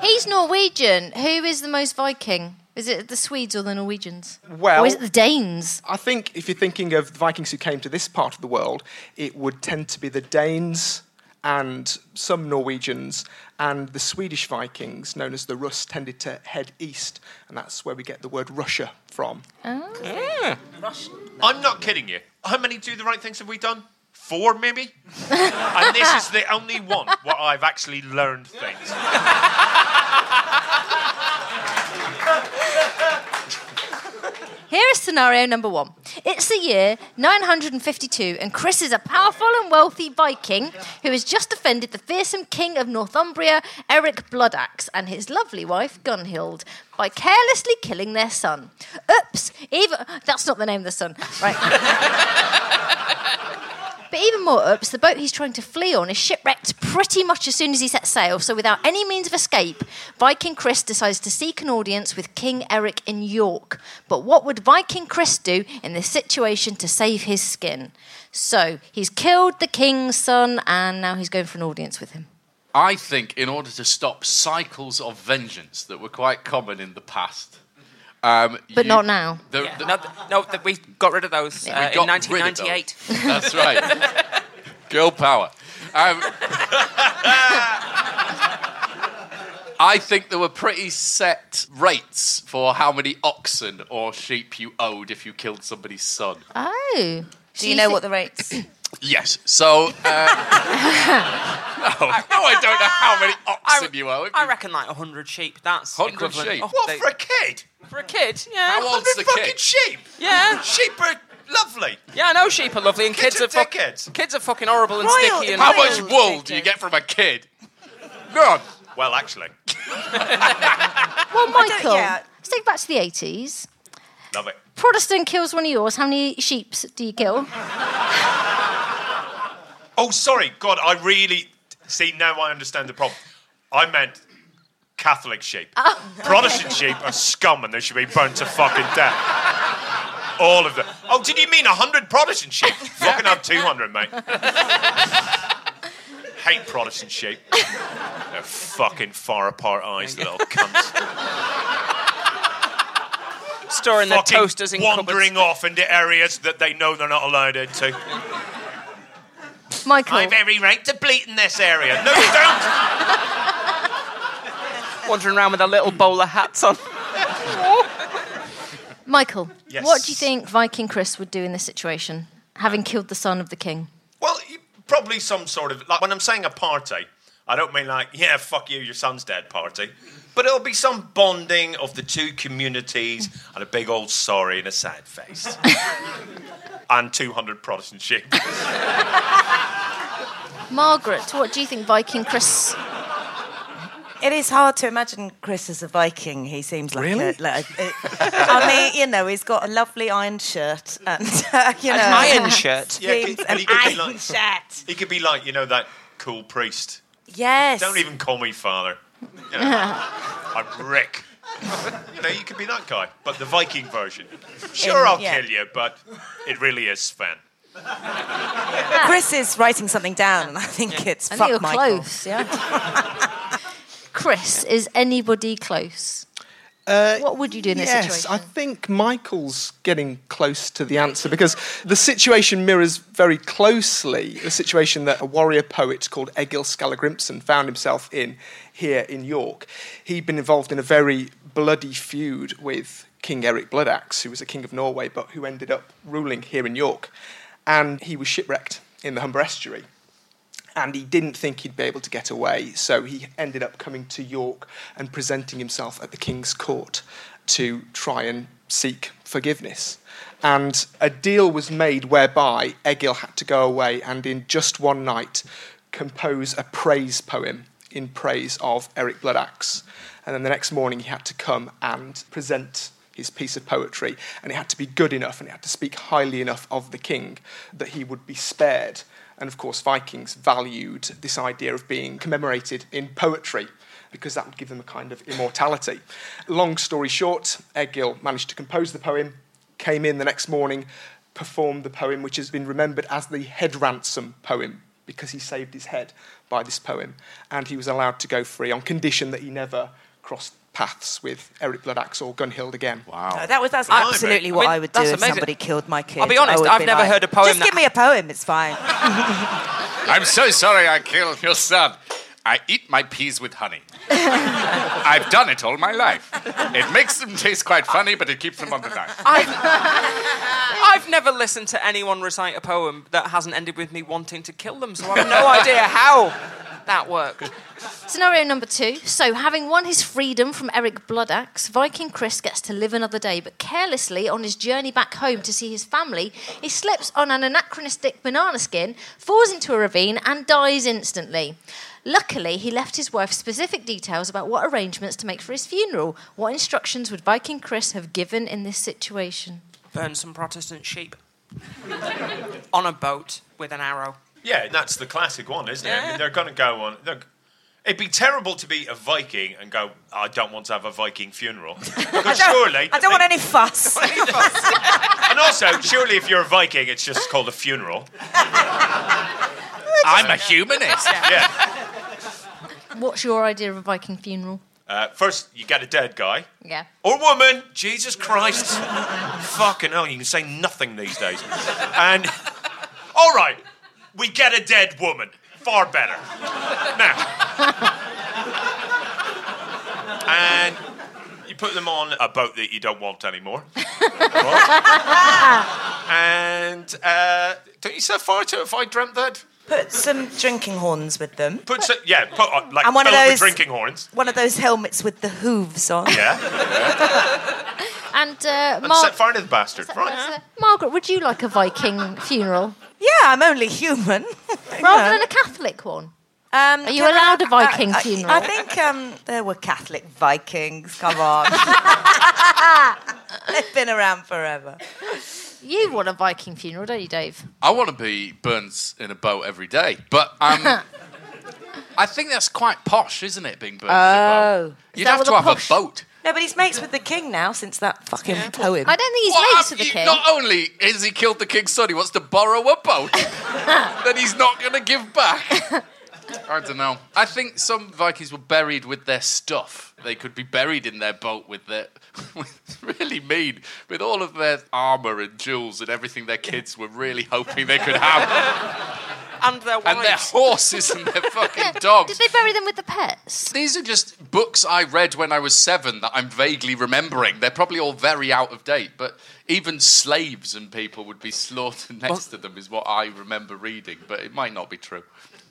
[SPEAKER 1] He's Norwegian. Who is the most Viking? Is it the Swedes or the Norwegians?
[SPEAKER 11] Well,
[SPEAKER 1] or is it the Danes?
[SPEAKER 11] I think if you're thinking of the Vikings who came to this part of the world, it would tend to be the Danes and some Norwegians, and the Swedish Vikings, known as the Rus, tended to head east, and that's where we get the word Russia from.
[SPEAKER 1] Oh.
[SPEAKER 5] Hmm.
[SPEAKER 3] I'm not kidding you. How many do the right things have we done? Four, maybe? and this is the only one where I've actually learned things. [LAUGHS]
[SPEAKER 1] Here is scenario number one. It's the year 952, and Chris is a powerful and wealthy Viking who has just defended the fearsome king of Northumbria, Eric Bloodaxe, and his lovely wife, Gunhild, by carelessly killing their son. Oops, even. That's not the name of the son. Right. But even more oops, the boat he's trying to flee on is shipwrecked pretty much as soon as he sets sail, so without any means of escape, Viking Chris decides to seek an audience with King Eric in York. But what would Viking Chris do in this situation to save his skin? So he's killed the king's son and now he's going for an audience with him.
[SPEAKER 2] I think in order to stop cycles of vengeance that were quite common in the past. Um,
[SPEAKER 1] But
[SPEAKER 2] you-
[SPEAKER 1] not now.
[SPEAKER 2] the-
[SPEAKER 5] Yeah.
[SPEAKER 2] the-
[SPEAKER 5] No, th- no th- we got rid of those uh,
[SPEAKER 2] We
[SPEAKER 5] in
[SPEAKER 2] got rid of
[SPEAKER 5] 1998.
[SPEAKER 2] those. That's right.
[SPEAKER 5] [LAUGHS]
[SPEAKER 2] Girl power. Um, [LAUGHS] I think there were pretty set rates for how many oxen or sheep you owed if you killed somebody's son.
[SPEAKER 1] Oh.
[SPEAKER 6] Do you know what the rates?
[SPEAKER 2] Yes. So. Uh, no, no, I don't know how
[SPEAKER 5] [LAUGHS]
[SPEAKER 2] many oxen you owe.
[SPEAKER 5] I reckon like 100 sheep. That's
[SPEAKER 2] 100
[SPEAKER 5] equivalent.
[SPEAKER 2] sheep?
[SPEAKER 5] Oh,
[SPEAKER 3] What,
[SPEAKER 5] they-
[SPEAKER 3] for a kid?
[SPEAKER 5] for a kid? Yeah.
[SPEAKER 2] How old's
[SPEAKER 3] 100
[SPEAKER 2] the
[SPEAKER 3] fucking
[SPEAKER 2] kid?
[SPEAKER 3] sheep?
[SPEAKER 5] Yeah.
[SPEAKER 3] Sheep are lovely.
[SPEAKER 5] Yeah, I know sheep are lovely and kids,
[SPEAKER 3] Kids are
[SPEAKER 5] are fuck-
[SPEAKER 3] dickheads.
[SPEAKER 5] kids are fucking horrible and
[SPEAKER 6] Royal-
[SPEAKER 5] sticky. And
[SPEAKER 2] How
[SPEAKER 6] Royal
[SPEAKER 2] much wool do you get from a kid? None.
[SPEAKER 3] Well, actually,
[SPEAKER 1] Well, Michael,
[SPEAKER 6] yeah.
[SPEAKER 1] let's take it back to the 80s.
[SPEAKER 3] love it.
[SPEAKER 1] Protestant kills one of yours. How many sheep do you kill?
[SPEAKER 3] Oh, sorry, God, I really see now. I understand the problem. I meant Catholic sheep. Protestant sheep are scum, and they should be burnt to fucking death. All of them. Oh, did you mean hundred Protestant sheep? fucking have two hundred, mate. Hate Protestant sheep. They're fucking far apart eyes,
[SPEAKER 2] Oh,
[SPEAKER 3] little
[SPEAKER 5] [LAUGHS]
[SPEAKER 3] cunts.
[SPEAKER 5] Storing their
[SPEAKER 3] fucking
[SPEAKER 5] toasters in
[SPEAKER 3] wandering
[SPEAKER 5] cupboards.
[SPEAKER 3] off into areas that they know they're not allowed into.
[SPEAKER 1] Michael.
[SPEAKER 3] I've every right to bleat in this area. No, you don't.
[SPEAKER 5] Wandering around with their little bowler hats on.
[SPEAKER 1] Michael,
[SPEAKER 3] Yes.
[SPEAKER 1] what do you think Viking Chris would do in this situation, having killed the son of the king?
[SPEAKER 3] Well, you- probably some sort of like when I'm saying a party, I don't mean like yeah, fuck you, your son's dead party, but it'll be some bonding of the two communities and a big old sorry and a sad face, and 200 Protestant sheep.
[SPEAKER 1] Margaret, what do you think Viking Chris?
[SPEAKER 6] It is hard to imagine Chris as a Viking. He seems like
[SPEAKER 11] Really?
[SPEAKER 6] a. Like a- I mean, Uh, you know, he's got a lovely iron shirt and, [LAUGHS] uh, you know.
[SPEAKER 5] An iron shirt.
[SPEAKER 3] Yeah,
[SPEAKER 6] seems
[SPEAKER 3] and
[SPEAKER 6] an
[SPEAKER 3] he could be
[SPEAKER 6] iron
[SPEAKER 3] like-
[SPEAKER 6] shirt.
[SPEAKER 3] He could be like you know that cool priest
[SPEAKER 6] Yes.
[SPEAKER 3] Don't even call me father.
[SPEAKER 6] [LAUGHS]
[SPEAKER 3] You know, I'm Rick. you know, you could be that guy, but the Viking version. Sure,
[SPEAKER 6] In-
[SPEAKER 3] I'll
[SPEAKER 6] yeah.
[SPEAKER 3] kill you, but it really is Sven.
[SPEAKER 6] Chris is writing something down, and I think it's
[SPEAKER 1] I
[SPEAKER 6] fuck
[SPEAKER 1] think you're
[SPEAKER 6] Michael.
[SPEAKER 1] close,
[SPEAKER 6] [LAUGHS]
[SPEAKER 1] yeah. Chris, is anybody close?
[SPEAKER 11] Uh,
[SPEAKER 1] what would you do in this
[SPEAKER 11] yes,
[SPEAKER 1] situation?
[SPEAKER 11] I think Michael's getting close to the answer because the situation mirrors very closely the situation that a warrior poet called Egil Skallagrimsson found himself in here in York. He'd been involved in a very bloody feud with King Eric Bloodaxe, who was a king of Norway but who ended up ruling here in York. And he was shipwrecked in the Humber estuary and he didn't think he'd be able to get away, so he ended up coming to York and presenting himself at the king's court to try and seek forgiveness. And a deal was made whereby Egil had to go away and in just one night compose a praise poem in praise of Eric Bloodaxe. And then the next morning he had to come and present his piece of poetry, and it had to be good enough and it had to speak highly enough of the king that he would be spared. And of course, Vikings valued this idea of being commemorated in poetry because that would give them a kind of immortality. Long story short, Egil managed to compose the poem, came in the next morning, performed the poem, which has been remembered as the head ransom poem because he saved his head by this poem. And he was allowed to go free on condition that he never crossed paths with Eric Bloodaxe or Gunhild again. Wow.
[SPEAKER 6] No, that was that's
[SPEAKER 5] Blimey.
[SPEAKER 6] absolutely
[SPEAKER 5] I
[SPEAKER 6] what
[SPEAKER 5] mean,
[SPEAKER 6] I would do
[SPEAKER 5] that's
[SPEAKER 6] if
[SPEAKER 5] amazing.
[SPEAKER 6] somebody killed my kid.
[SPEAKER 5] I'll be honest,
[SPEAKER 6] I would
[SPEAKER 5] I've
[SPEAKER 6] be
[SPEAKER 5] never
[SPEAKER 6] like,
[SPEAKER 5] heard a poem
[SPEAKER 6] Just
[SPEAKER 5] that-
[SPEAKER 6] give me a poem. It's
[SPEAKER 5] [LAUGHS]
[SPEAKER 6] fine.
[SPEAKER 2] I'm so sorry I killed your son. I eat my peas with honey. I've done it all my life. It makes them taste quite funny, but it keeps them on the
[SPEAKER 5] [LAUGHS]
[SPEAKER 2] knife.
[SPEAKER 5] I've never listened to anyone recite a poem that hasn't ended with me wanting to kill them, so I have
[SPEAKER 2] [LAUGHS]
[SPEAKER 5] no idea how that worked.
[SPEAKER 1] Scenario number two. So, having won his freedom from Eric Bloodaxe, Viking Chris gets to live another day, but carelessly on his journey back home to see his family, he slips on an anachronistic banana skin, falls into a ravine, and dies instantly. Luckily, he left his wife specific details about what arrangements to make for his funeral. What instructions would Viking Chris have given in this situation?
[SPEAKER 5] Burn some Protestant sheep on a boat with an arrow.
[SPEAKER 3] Yeah, that's the classic one, isn't it? I mean, they're going to go on. they're- It'd be terrible to be a Viking and go, I don't want to have a
[SPEAKER 6] [LAUGHS]
[SPEAKER 3] Viking funeral. Because surely.
[SPEAKER 6] I don't want any fuss.
[SPEAKER 3] And also, surely if you're a Viking, it's just called a funeral.
[SPEAKER 2] I'm a humanist.
[SPEAKER 3] Yeah.
[SPEAKER 1] What's your idea of a Viking funeral?
[SPEAKER 3] Uh, first, you get a dead guy.
[SPEAKER 1] Yeah.
[SPEAKER 3] Or woman. Jesus Christ. Fucking hell, you can say nothing these days. And, all right, we get a dead woman. Far better. Now. And you put them on a boat that you don't want anymore. and uh, don't you set fire to it if I dreamt that?
[SPEAKER 6] Put some drinking horns with them.
[SPEAKER 3] Put some, yeah, put on, like,
[SPEAKER 6] And one of
[SPEAKER 3] fill it with
[SPEAKER 6] those-
[SPEAKER 3] drinking horns.
[SPEAKER 6] One of those helmets with the hooves on. [LAUGHS]
[SPEAKER 3] Yeah.
[SPEAKER 1] And, uh,
[SPEAKER 3] And
[SPEAKER 1] Mar-
[SPEAKER 3] set fire to the bastard. Right.
[SPEAKER 1] uh, Margaret, would you like a Viking funeral?
[SPEAKER 6] Yeah, I'm only human. [LAUGHS]
[SPEAKER 1] Rather than a Catholic one?
[SPEAKER 6] Um,
[SPEAKER 1] Are you
[SPEAKER 6] can I-
[SPEAKER 1] allowed a Viking
[SPEAKER 6] I- I-
[SPEAKER 1] funeral?
[SPEAKER 6] I think um, there were Catholic Vikings. Come
[SPEAKER 1] [LAUGHS]
[SPEAKER 6] on. [LAUGHS] They've been around forever.
[SPEAKER 1] You want a Viking funeral, don't you, Dave?
[SPEAKER 2] I want to be burnt in a boat every day, but
[SPEAKER 6] [LAUGHS]
[SPEAKER 2] um, I think that's quite posh, isn't it? Being burnt in a boat.
[SPEAKER 6] Oh. Is
[SPEAKER 2] You'd
[SPEAKER 6] that
[SPEAKER 2] have
[SPEAKER 6] what
[SPEAKER 2] to
[SPEAKER 6] the
[SPEAKER 2] have
[SPEAKER 6] posh-
[SPEAKER 2] a boat.
[SPEAKER 6] No, but he's mates with the king now since that fucking poem.
[SPEAKER 1] I don't think he's
[SPEAKER 2] Well,
[SPEAKER 1] mates
[SPEAKER 2] um,
[SPEAKER 1] with the
[SPEAKER 2] you-
[SPEAKER 1] king.
[SPEAKER 2] Not only has he killed the king's son, he wants to borrow a boat that he's not going to
[SPEAKER 5] [LAUGHS]
[SPEAKER 2] give back. I don't know. I think some Vikings were buried with their stuff. They could be buried in their boat with their. [LAUGHS] It's really mean. With all of their armour and jewels and everything their kids were really hoping they could have.
[SPEAKER 5] [LAUGHS] And their wives.
[SPEAKER 2] and their horses and their
[SPEAKER 1] [LAUGHS]
[SPEAKER 2] fucking dogs.
[SPEAKER 1] Did they bury them with the pets?
[SPEAKER 2] These are just books I read when I was seven that I'm vaguely remembering. They're probably all very out of date, but even slaves and people would be slaughtered next to them, is what I remember reading. But it might not be true.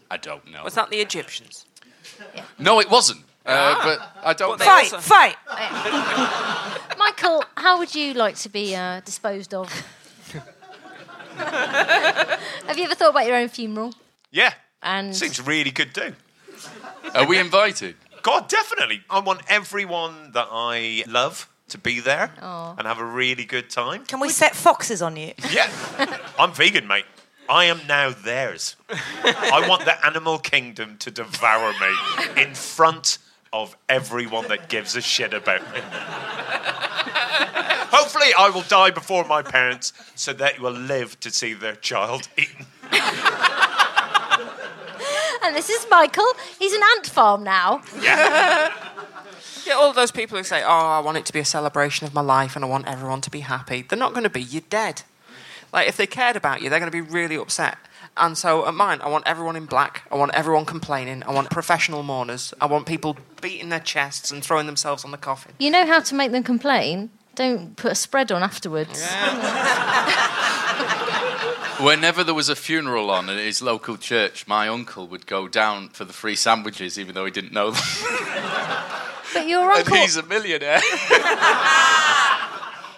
[SPEAKER 2] I don't know.
[SPEAKER 5] Was that the Egyptians?
[SPEAKER 2] No, it wasn't. Uh, but I don't
[SPEAKER 5] Ah. But they
[SPEAKER 2] know.
[SPEAKER 5] Fight, also- fight.
[SPEAKER 1] [LAUGHS] Michael, how would you like to be uh,
[SPEAKER 6] [LAUGHS]
[SPEAKER 1] disposed of? Have you ever thought about your own funeral?
[SPEAKER 3] Yeah.
[SPEAKER 1] And
[SPEAKER 3] Seems really good too.
[SPEAKER 2] Are we invited?
[SPEAKER 3] God, definitely. I want everyone that I love to be there
[SPEAKER 6] Aw.
[SPEAKER 3] and have a really good time.
[SPEAKER 6] Can we set foxes on you?
[SPEAKER 3] Yeah. I'm vegan, mate. I am now theirs. I want the animal kingdom to devour me in front of everyone that gives a shit about me. Hopefully, I will die before my parents so that you will live to see their child eaten.
[SPEAKER 1] And this is Michael. He's an ant farm now.
[SPEAKER 5] Yeah, all those people who say, "Oh, I want it to be a celebration of my life, and I want everyone to be happy." They're not going to be. You're dead. Like if they cared about you, they're going to be really upset. And so at mine, I want everyone in black. I want everyone complaining. I want professional mourners. I want people beating their chests and throwing themselves on the coffin.
[SPEAKER 1] You know how to make them complain? Don't put a spread on afterwards.
[SPEAKER 2] [LAUGHS] Whenever there was a funeral on at his local church, my uncle would go down for the free sandwiches, even though he didn't know them.
[SPEAKER 1] But your
[SPEAKER 2] [LAUGHS] and
[SPEAKER 1] uncle,
[SPEAKER 2] he's a millionaire.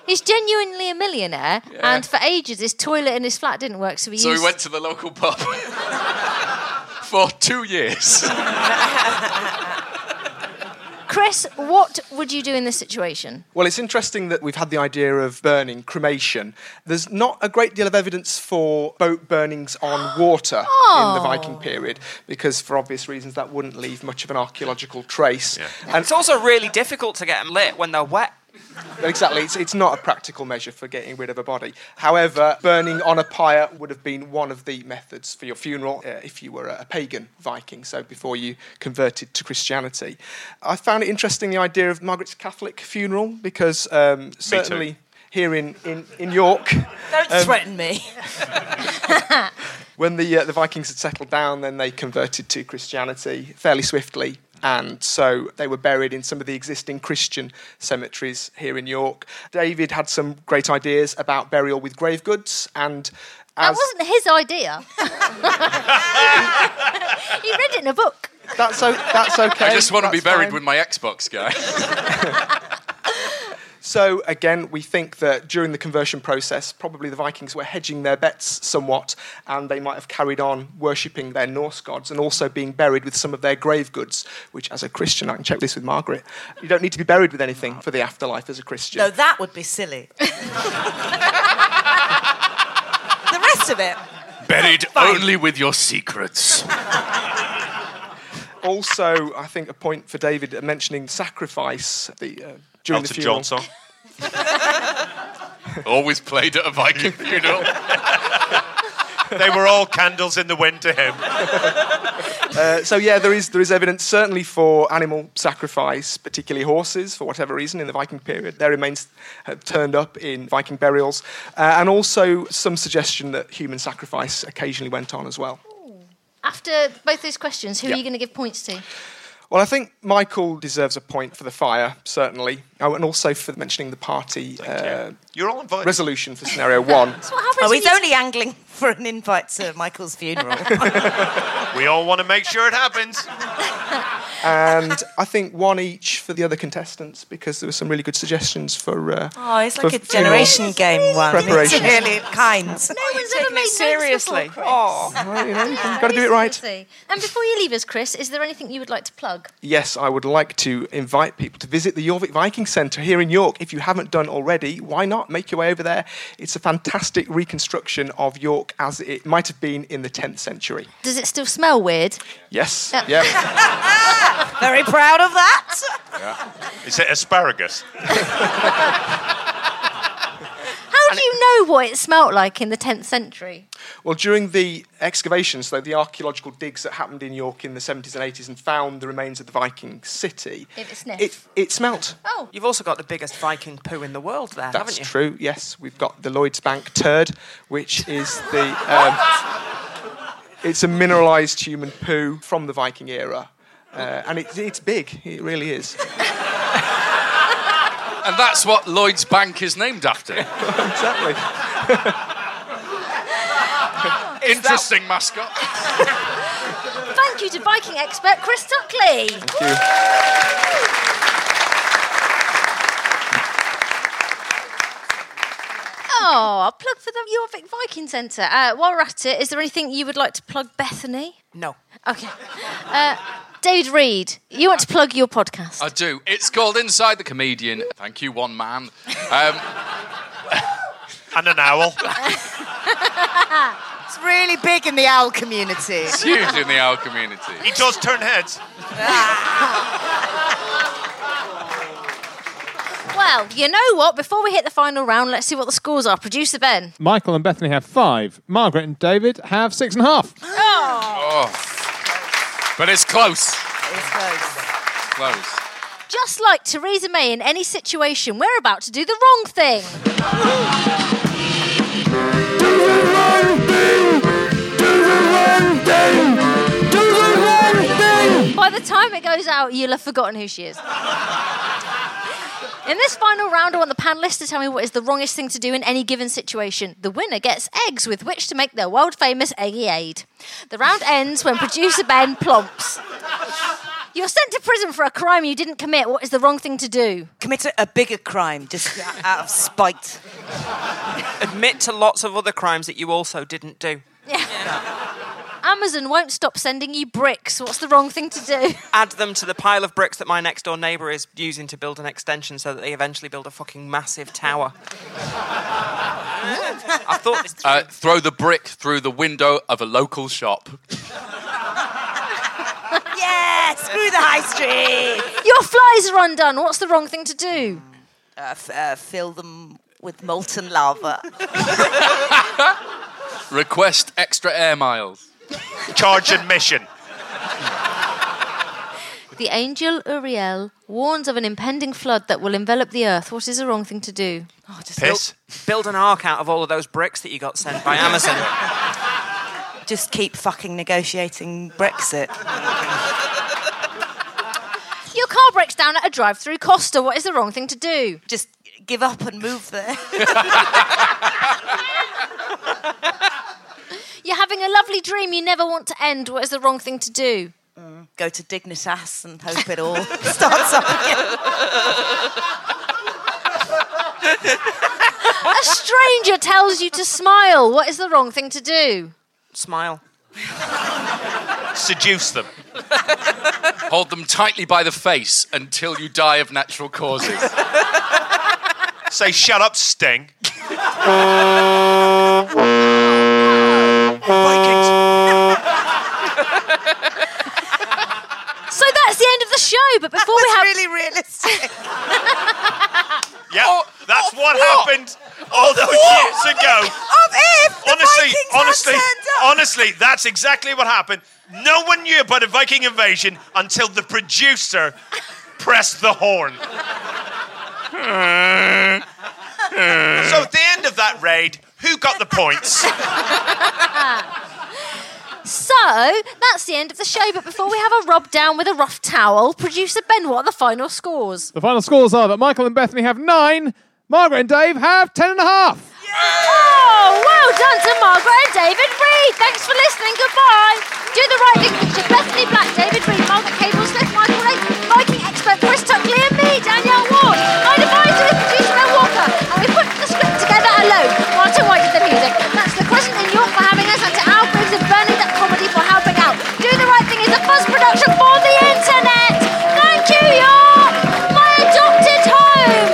[SPEAKER 1] he's genuinely a millionaire,
[SPEAKER 2] Yeah.
[SPEAKER 1] and for ages his toilet in his flat didn't work, so he
[SPEAKER 2] so
[SPEAKER 1] used.
[SPEAKER 2] he went to the local pub [LAUGHS] for two years.
[SPEAKER 1] Chris, what would you do in this situation?
[SPEAKER 11] Well, it's interesting that we've had the idea of burning, cremation. There's not a great deal of evidence for boat burnings on water in the Viking period, because for obvious reasons that wouldn't leave much of an archaeological trace.
[SPEAKER 5] And it's also [LAUGHS] really difficult to get them lit when they're wet.
[SPEAKER 11] Exactly, it's, it's not a practical measure for getting rid of a body. However, burning on a pyre would have been one of the methods for your funeral uh, if you were a, a pagan Viking, so before you converted to Christianity. I found it interesting the idea of Margaret's Catholic funeral because um, certainly here in, in, in York.
[SPEAKER 6] Don't
[SPEAKER 11] um,
[SPEAKER 6] threaten me.
[SPEAKER 11] [LAUGHS] When the, uh, the Vikings had settled down, then they converted to Christianity fairly swiftly. And so they were buried in some of the existing Christian cemeteries here in York. David had some great ideas about burial with grave goods and.
[SPEAKER 1] That
[SPEAKER 11] As
[SPEAKER 1] wasn't his idea. [LAUGHS] he read it in a book.
[SPEAKER 11] that's, o- that's okay.
[SPEAKER 2] I just want to be
[SPEAKER 11] that's
[SPEAKER 2] buried
[SPEAKER 11] fine.
[SPEAKER 2] with my Xbox guy.
[SPEAKER 11] So again, we think that during the conversion process, probably the Vikings were hedging their bets somewhat, and they might have carried on worshipping their Norse gods and also being buried with some of their grave goods. Which, as a Christian, I can check this with Margaret. You don't need to be buried with anything for the afterlife as a Christian.
[SPEAKER 6] No, that would be silly. the rest of it.
[SPEAKER 2] [LAUGHS] Buried only with your secrets.
[SPEAKER 11] also, I think a point for David uh, mentioning sacrifice the, uh, during the funeral.
[SPEAKER 3] Elton John song.
[SPEAKER 2] [LAUGHS] Always played at a Viking funeral.
[SPEAKER 3] They were all candles in the wind to him.
[SPEAKER 11] Uh, so yeah, there is there is evidence certainly for animal sacrifice, particularly horses, for whatever reason in the Viking period. Their remains have turned up in Viking burials, uh, and also some suggestion that human sacrifice occasionally went on as well.
[SPEAKER 1] After both those questions, who
[SPEAKER 11] Yeah.
[SPEAKER 1] are you going to give points to?
[SPEAKER 11] Well, I think Michael deserves a point for the fire, certainly, oh, and also for mentioning the party. Uh,
[SPEAKER 3] You're all invited.
[SPEAKER 11] Resolution
[SPEAKER 6] [LAUGHS]
[SPEAKER 11] for
[SPEAKER 3] [LAUGHS]
[SPEAKER 11] scenario one.
[SPEAKER 6] Oh, he's only angling for an invite to Michael's
[SPEAKER 2] [LAUGHS]
[SPEAKER 6] funeral.
[SPEAKER 3] We all want to make sure it happens.
[SPEAKER 11] and I think one each for the other contestants because there were some really good suggestions for. Uh,
[SPEAKER 6] Oh, it's
[SPEAKER 11] for
[SPEAKER 6] like a
[SPEAKER 11] funeral
[SPEAKER 6] generation game one. It's
[SPEAKER 11] preparations.
[SPEAKER 6] really kind.
[SPEAKER 1] one's ever made notes
[SPEAKER 5] seriously?
[SPEAKER 1] before,
[SPEAKER 11] [LAUGHS]
[SPEAKER 1] Chris.
[SPEAKER 11] Well, you know, you've got to do it right.
[SPEAKER 1] Seriously. And before you leave us, Chris, is there anything you would like to plug?
[SPEAKER 11] Yes, I would like to invite people to visit the Jorvik Viking Centre here in York. If you haven't done already, why not make your way over there? It's a fantastic reconstruction of York as it might have been in the 10th century.
[SPEAKER 1] Does it still smell weird?
[SPEAKER 11] Yes.
[SPEAKER 1] Yeah.
[SPEAKER 11] [LAUGHS]
[SPEAKER 1] [LAUGHS]
[SPEAKER 11] Yeah.
[SPEAKER 6] Very proud of that.
[SPEAKER 3] Is it asparagus?
[SPEAKER 1] How do you know what it smelt like in the 10th century?
[SPEAKER 11] Well, during the excavations, though, the archaeological digs that happened in York in the 70s and 80s and found the remains of the Viking city,
[SPEAKER 1] Give it a sniff.
[SPEAKER 11] it, it smelt.
[SPEAKER 1] oh,
[SPEAKER 5] You've also got the biggest Viking poo in the world there,
[SPEAKER 11] That's
[SPEAKER 5] haven't you?
[SPEAKER 11] true. Yes, we've got the Lloyd's Bank turd, which is the um, [LAUGHS] it's a mineralised human poo from the Viking era, uh, and it's it's big. It really is.
[SPEAKER 2] and that's what Lloyd's Bank is named
[SPEAKER 3] [LAUGHS]
[SPEAKER 2] after. [LAUGHS]
[SPEAKER 11] exactly.
[SPEAKER 2] Interesting mascot.
[SPEAKER 1] thank you to Viking expert Chris Tuckley.
[SPEAKER 11] Thank you.
[SPEAKER 1] Oh, a plug for the Jorvik Viking Centre. Uh, while we're at it, is there anything you would like to plug, Bethany?
[SPEAKER 5] No.
[SPEAKER 1] Okay. Uh, David Reed, you want to plug your podcast.
[SPEAKER 2] I do. It's called Inside the Comedian. Thank you, one man.
[SPEAKER 3] [LAUGHS]
[SPEAKER 2] Um,
[SPEAKER 3] and an owl.
[SPEAKER 6] [LAUGHS] It's really big in the owl community.
[SPEAKER 2] [LAUGHS] It's huge in the owl community.
[SPEAKER 3] He does turn heads.
[SPEAKER 1] Well, you know what? Before we hit the final round, let's see what the scores are. Producer
[SPEAKER 7] [GASPS]
[SPEAKER 1] Ben.
[SPEAKER 7] Michael and Bethany have five. Margaret and David have six and a half.
[SPEAKER 2] Oh. But it's close. Close.
[SPEAKER 1] Just like Theresa May in any situation, we're about to do the wrong thing. By the time it goes out, you'll have forgotten who she is. In this final round, I want the panelists to tell me what is the wrongest thing to do in any given situation. The winner gets eggs with which to make their world famous eggy aid. The round ends when producer Ben plomps. You're sent to prison for a crime you didn't commit. What is the wrong thing to do?
[SPEAKER 6] Commit a, a bigger crime, just out of
[SPEAKER 1] [LAUGHS]
[SPEAKER 6] spite.
[SPEAKER 5] Admit to lots of other crimes that you also didn't do.
[SPEAKER 1] Amazon won't stop sending you bricks. What's the wrong thing to do?
[SPEAKER 5] Add them to the pile of bricks that my next door neighbour is using to build an extension so that they eventually build a fucking massive tower. I thought this.
[SPEAKER 2] Uh, throw the brick through the window of a local shop.
[SPEAKER 6] yeah, screw the high street.
[SPEAKER 1] Your flies are undone. What's the wrong thing to do?
[SPEAKER 6] [LAUGHS] Uh, f- uh, fill them with molten lava.
[SPEAKER 2] Request extra air miles.
[SPEAKER 3] Charge admission.
[SPEAKER 1] The angel Uriel warns of an impending flood that will envelop the earth. What is the wrong thing to do? Oh, just
[SPEAKER 3] Piss.
[SPEAKER 5] Build an ark out of all of those bricks that you got sent by Amazon.
[SPEAKER 6] Just keep fucking negotiating Brexit.
[SPEAKER 1] Your car breaks down at a drive through Costa. What is the wrong thing to do?
[SPEAKER 6] Just give up and move there.
[SPEAKER 1] [LAUGHS] You're having a lovely dream you never want to end. What is the wrong thing to do?
[SPEAKER 6] Mm, Go to Dignitas and hope it all [LAUGHS] starts up again.
[SPEAKER 1] A stranger tells you to smile. What is the wrong thing to do?
[SPEAKER 5] Smile.
[SPEAKER 3] Seduce them.
[SPEAKER 2] Hold them tightly by the face until you die of natural causes.
[SPEAKER 3] Say, shut up, Sting.
[SPEAKER 1] [LAUGHS] So that's the end of the show. But before we
[SPEAKER 6] That's
[SPEAKER 1] have
[SPEAKER 6] really realistic.
[SPEAKER 3] Yeah, that's what, happened all those years ago.
[SPEAKER 6] Of if the
[SPEAKER 3] honestly,
[SPEAKER 6] Vikings had
[SPEAKER 3] honestly,
[SPEAKER 6] turned up.
[SPEAKER 3] honestly, that's exactly what happened. No one knew about a Viking invasion until the producer pressed the horn. so at the end of that raid, who got the points?
[SPEAKER 1] So that's the end of the show. But before we have a rub down with a rough towel, producer Ben, what are the final scores?
[SPEAKER 7] The final scores are that Michael and Bethany have nine, Margaret and Dave have ten and a half.
[SPEAKER 1] Oh, well done to Margaret and David Reed. Thanks for listening. Goodbye. Do the right thing. Feature Bethany Black, David Reed, Margaret Cable Smith, Michael Lake, Viking expert Chris Tuckley, and me, Danielle Ward. My advisor is producer Ben Walker, and we put the script together alone. Martin White did the music. That's the Crescent in York for having us, and to Al Briggs and Bernie Duck Comedy for helping out. Do the right thing is a fuzz production for the internet. Thank you, y'all. My adopted home.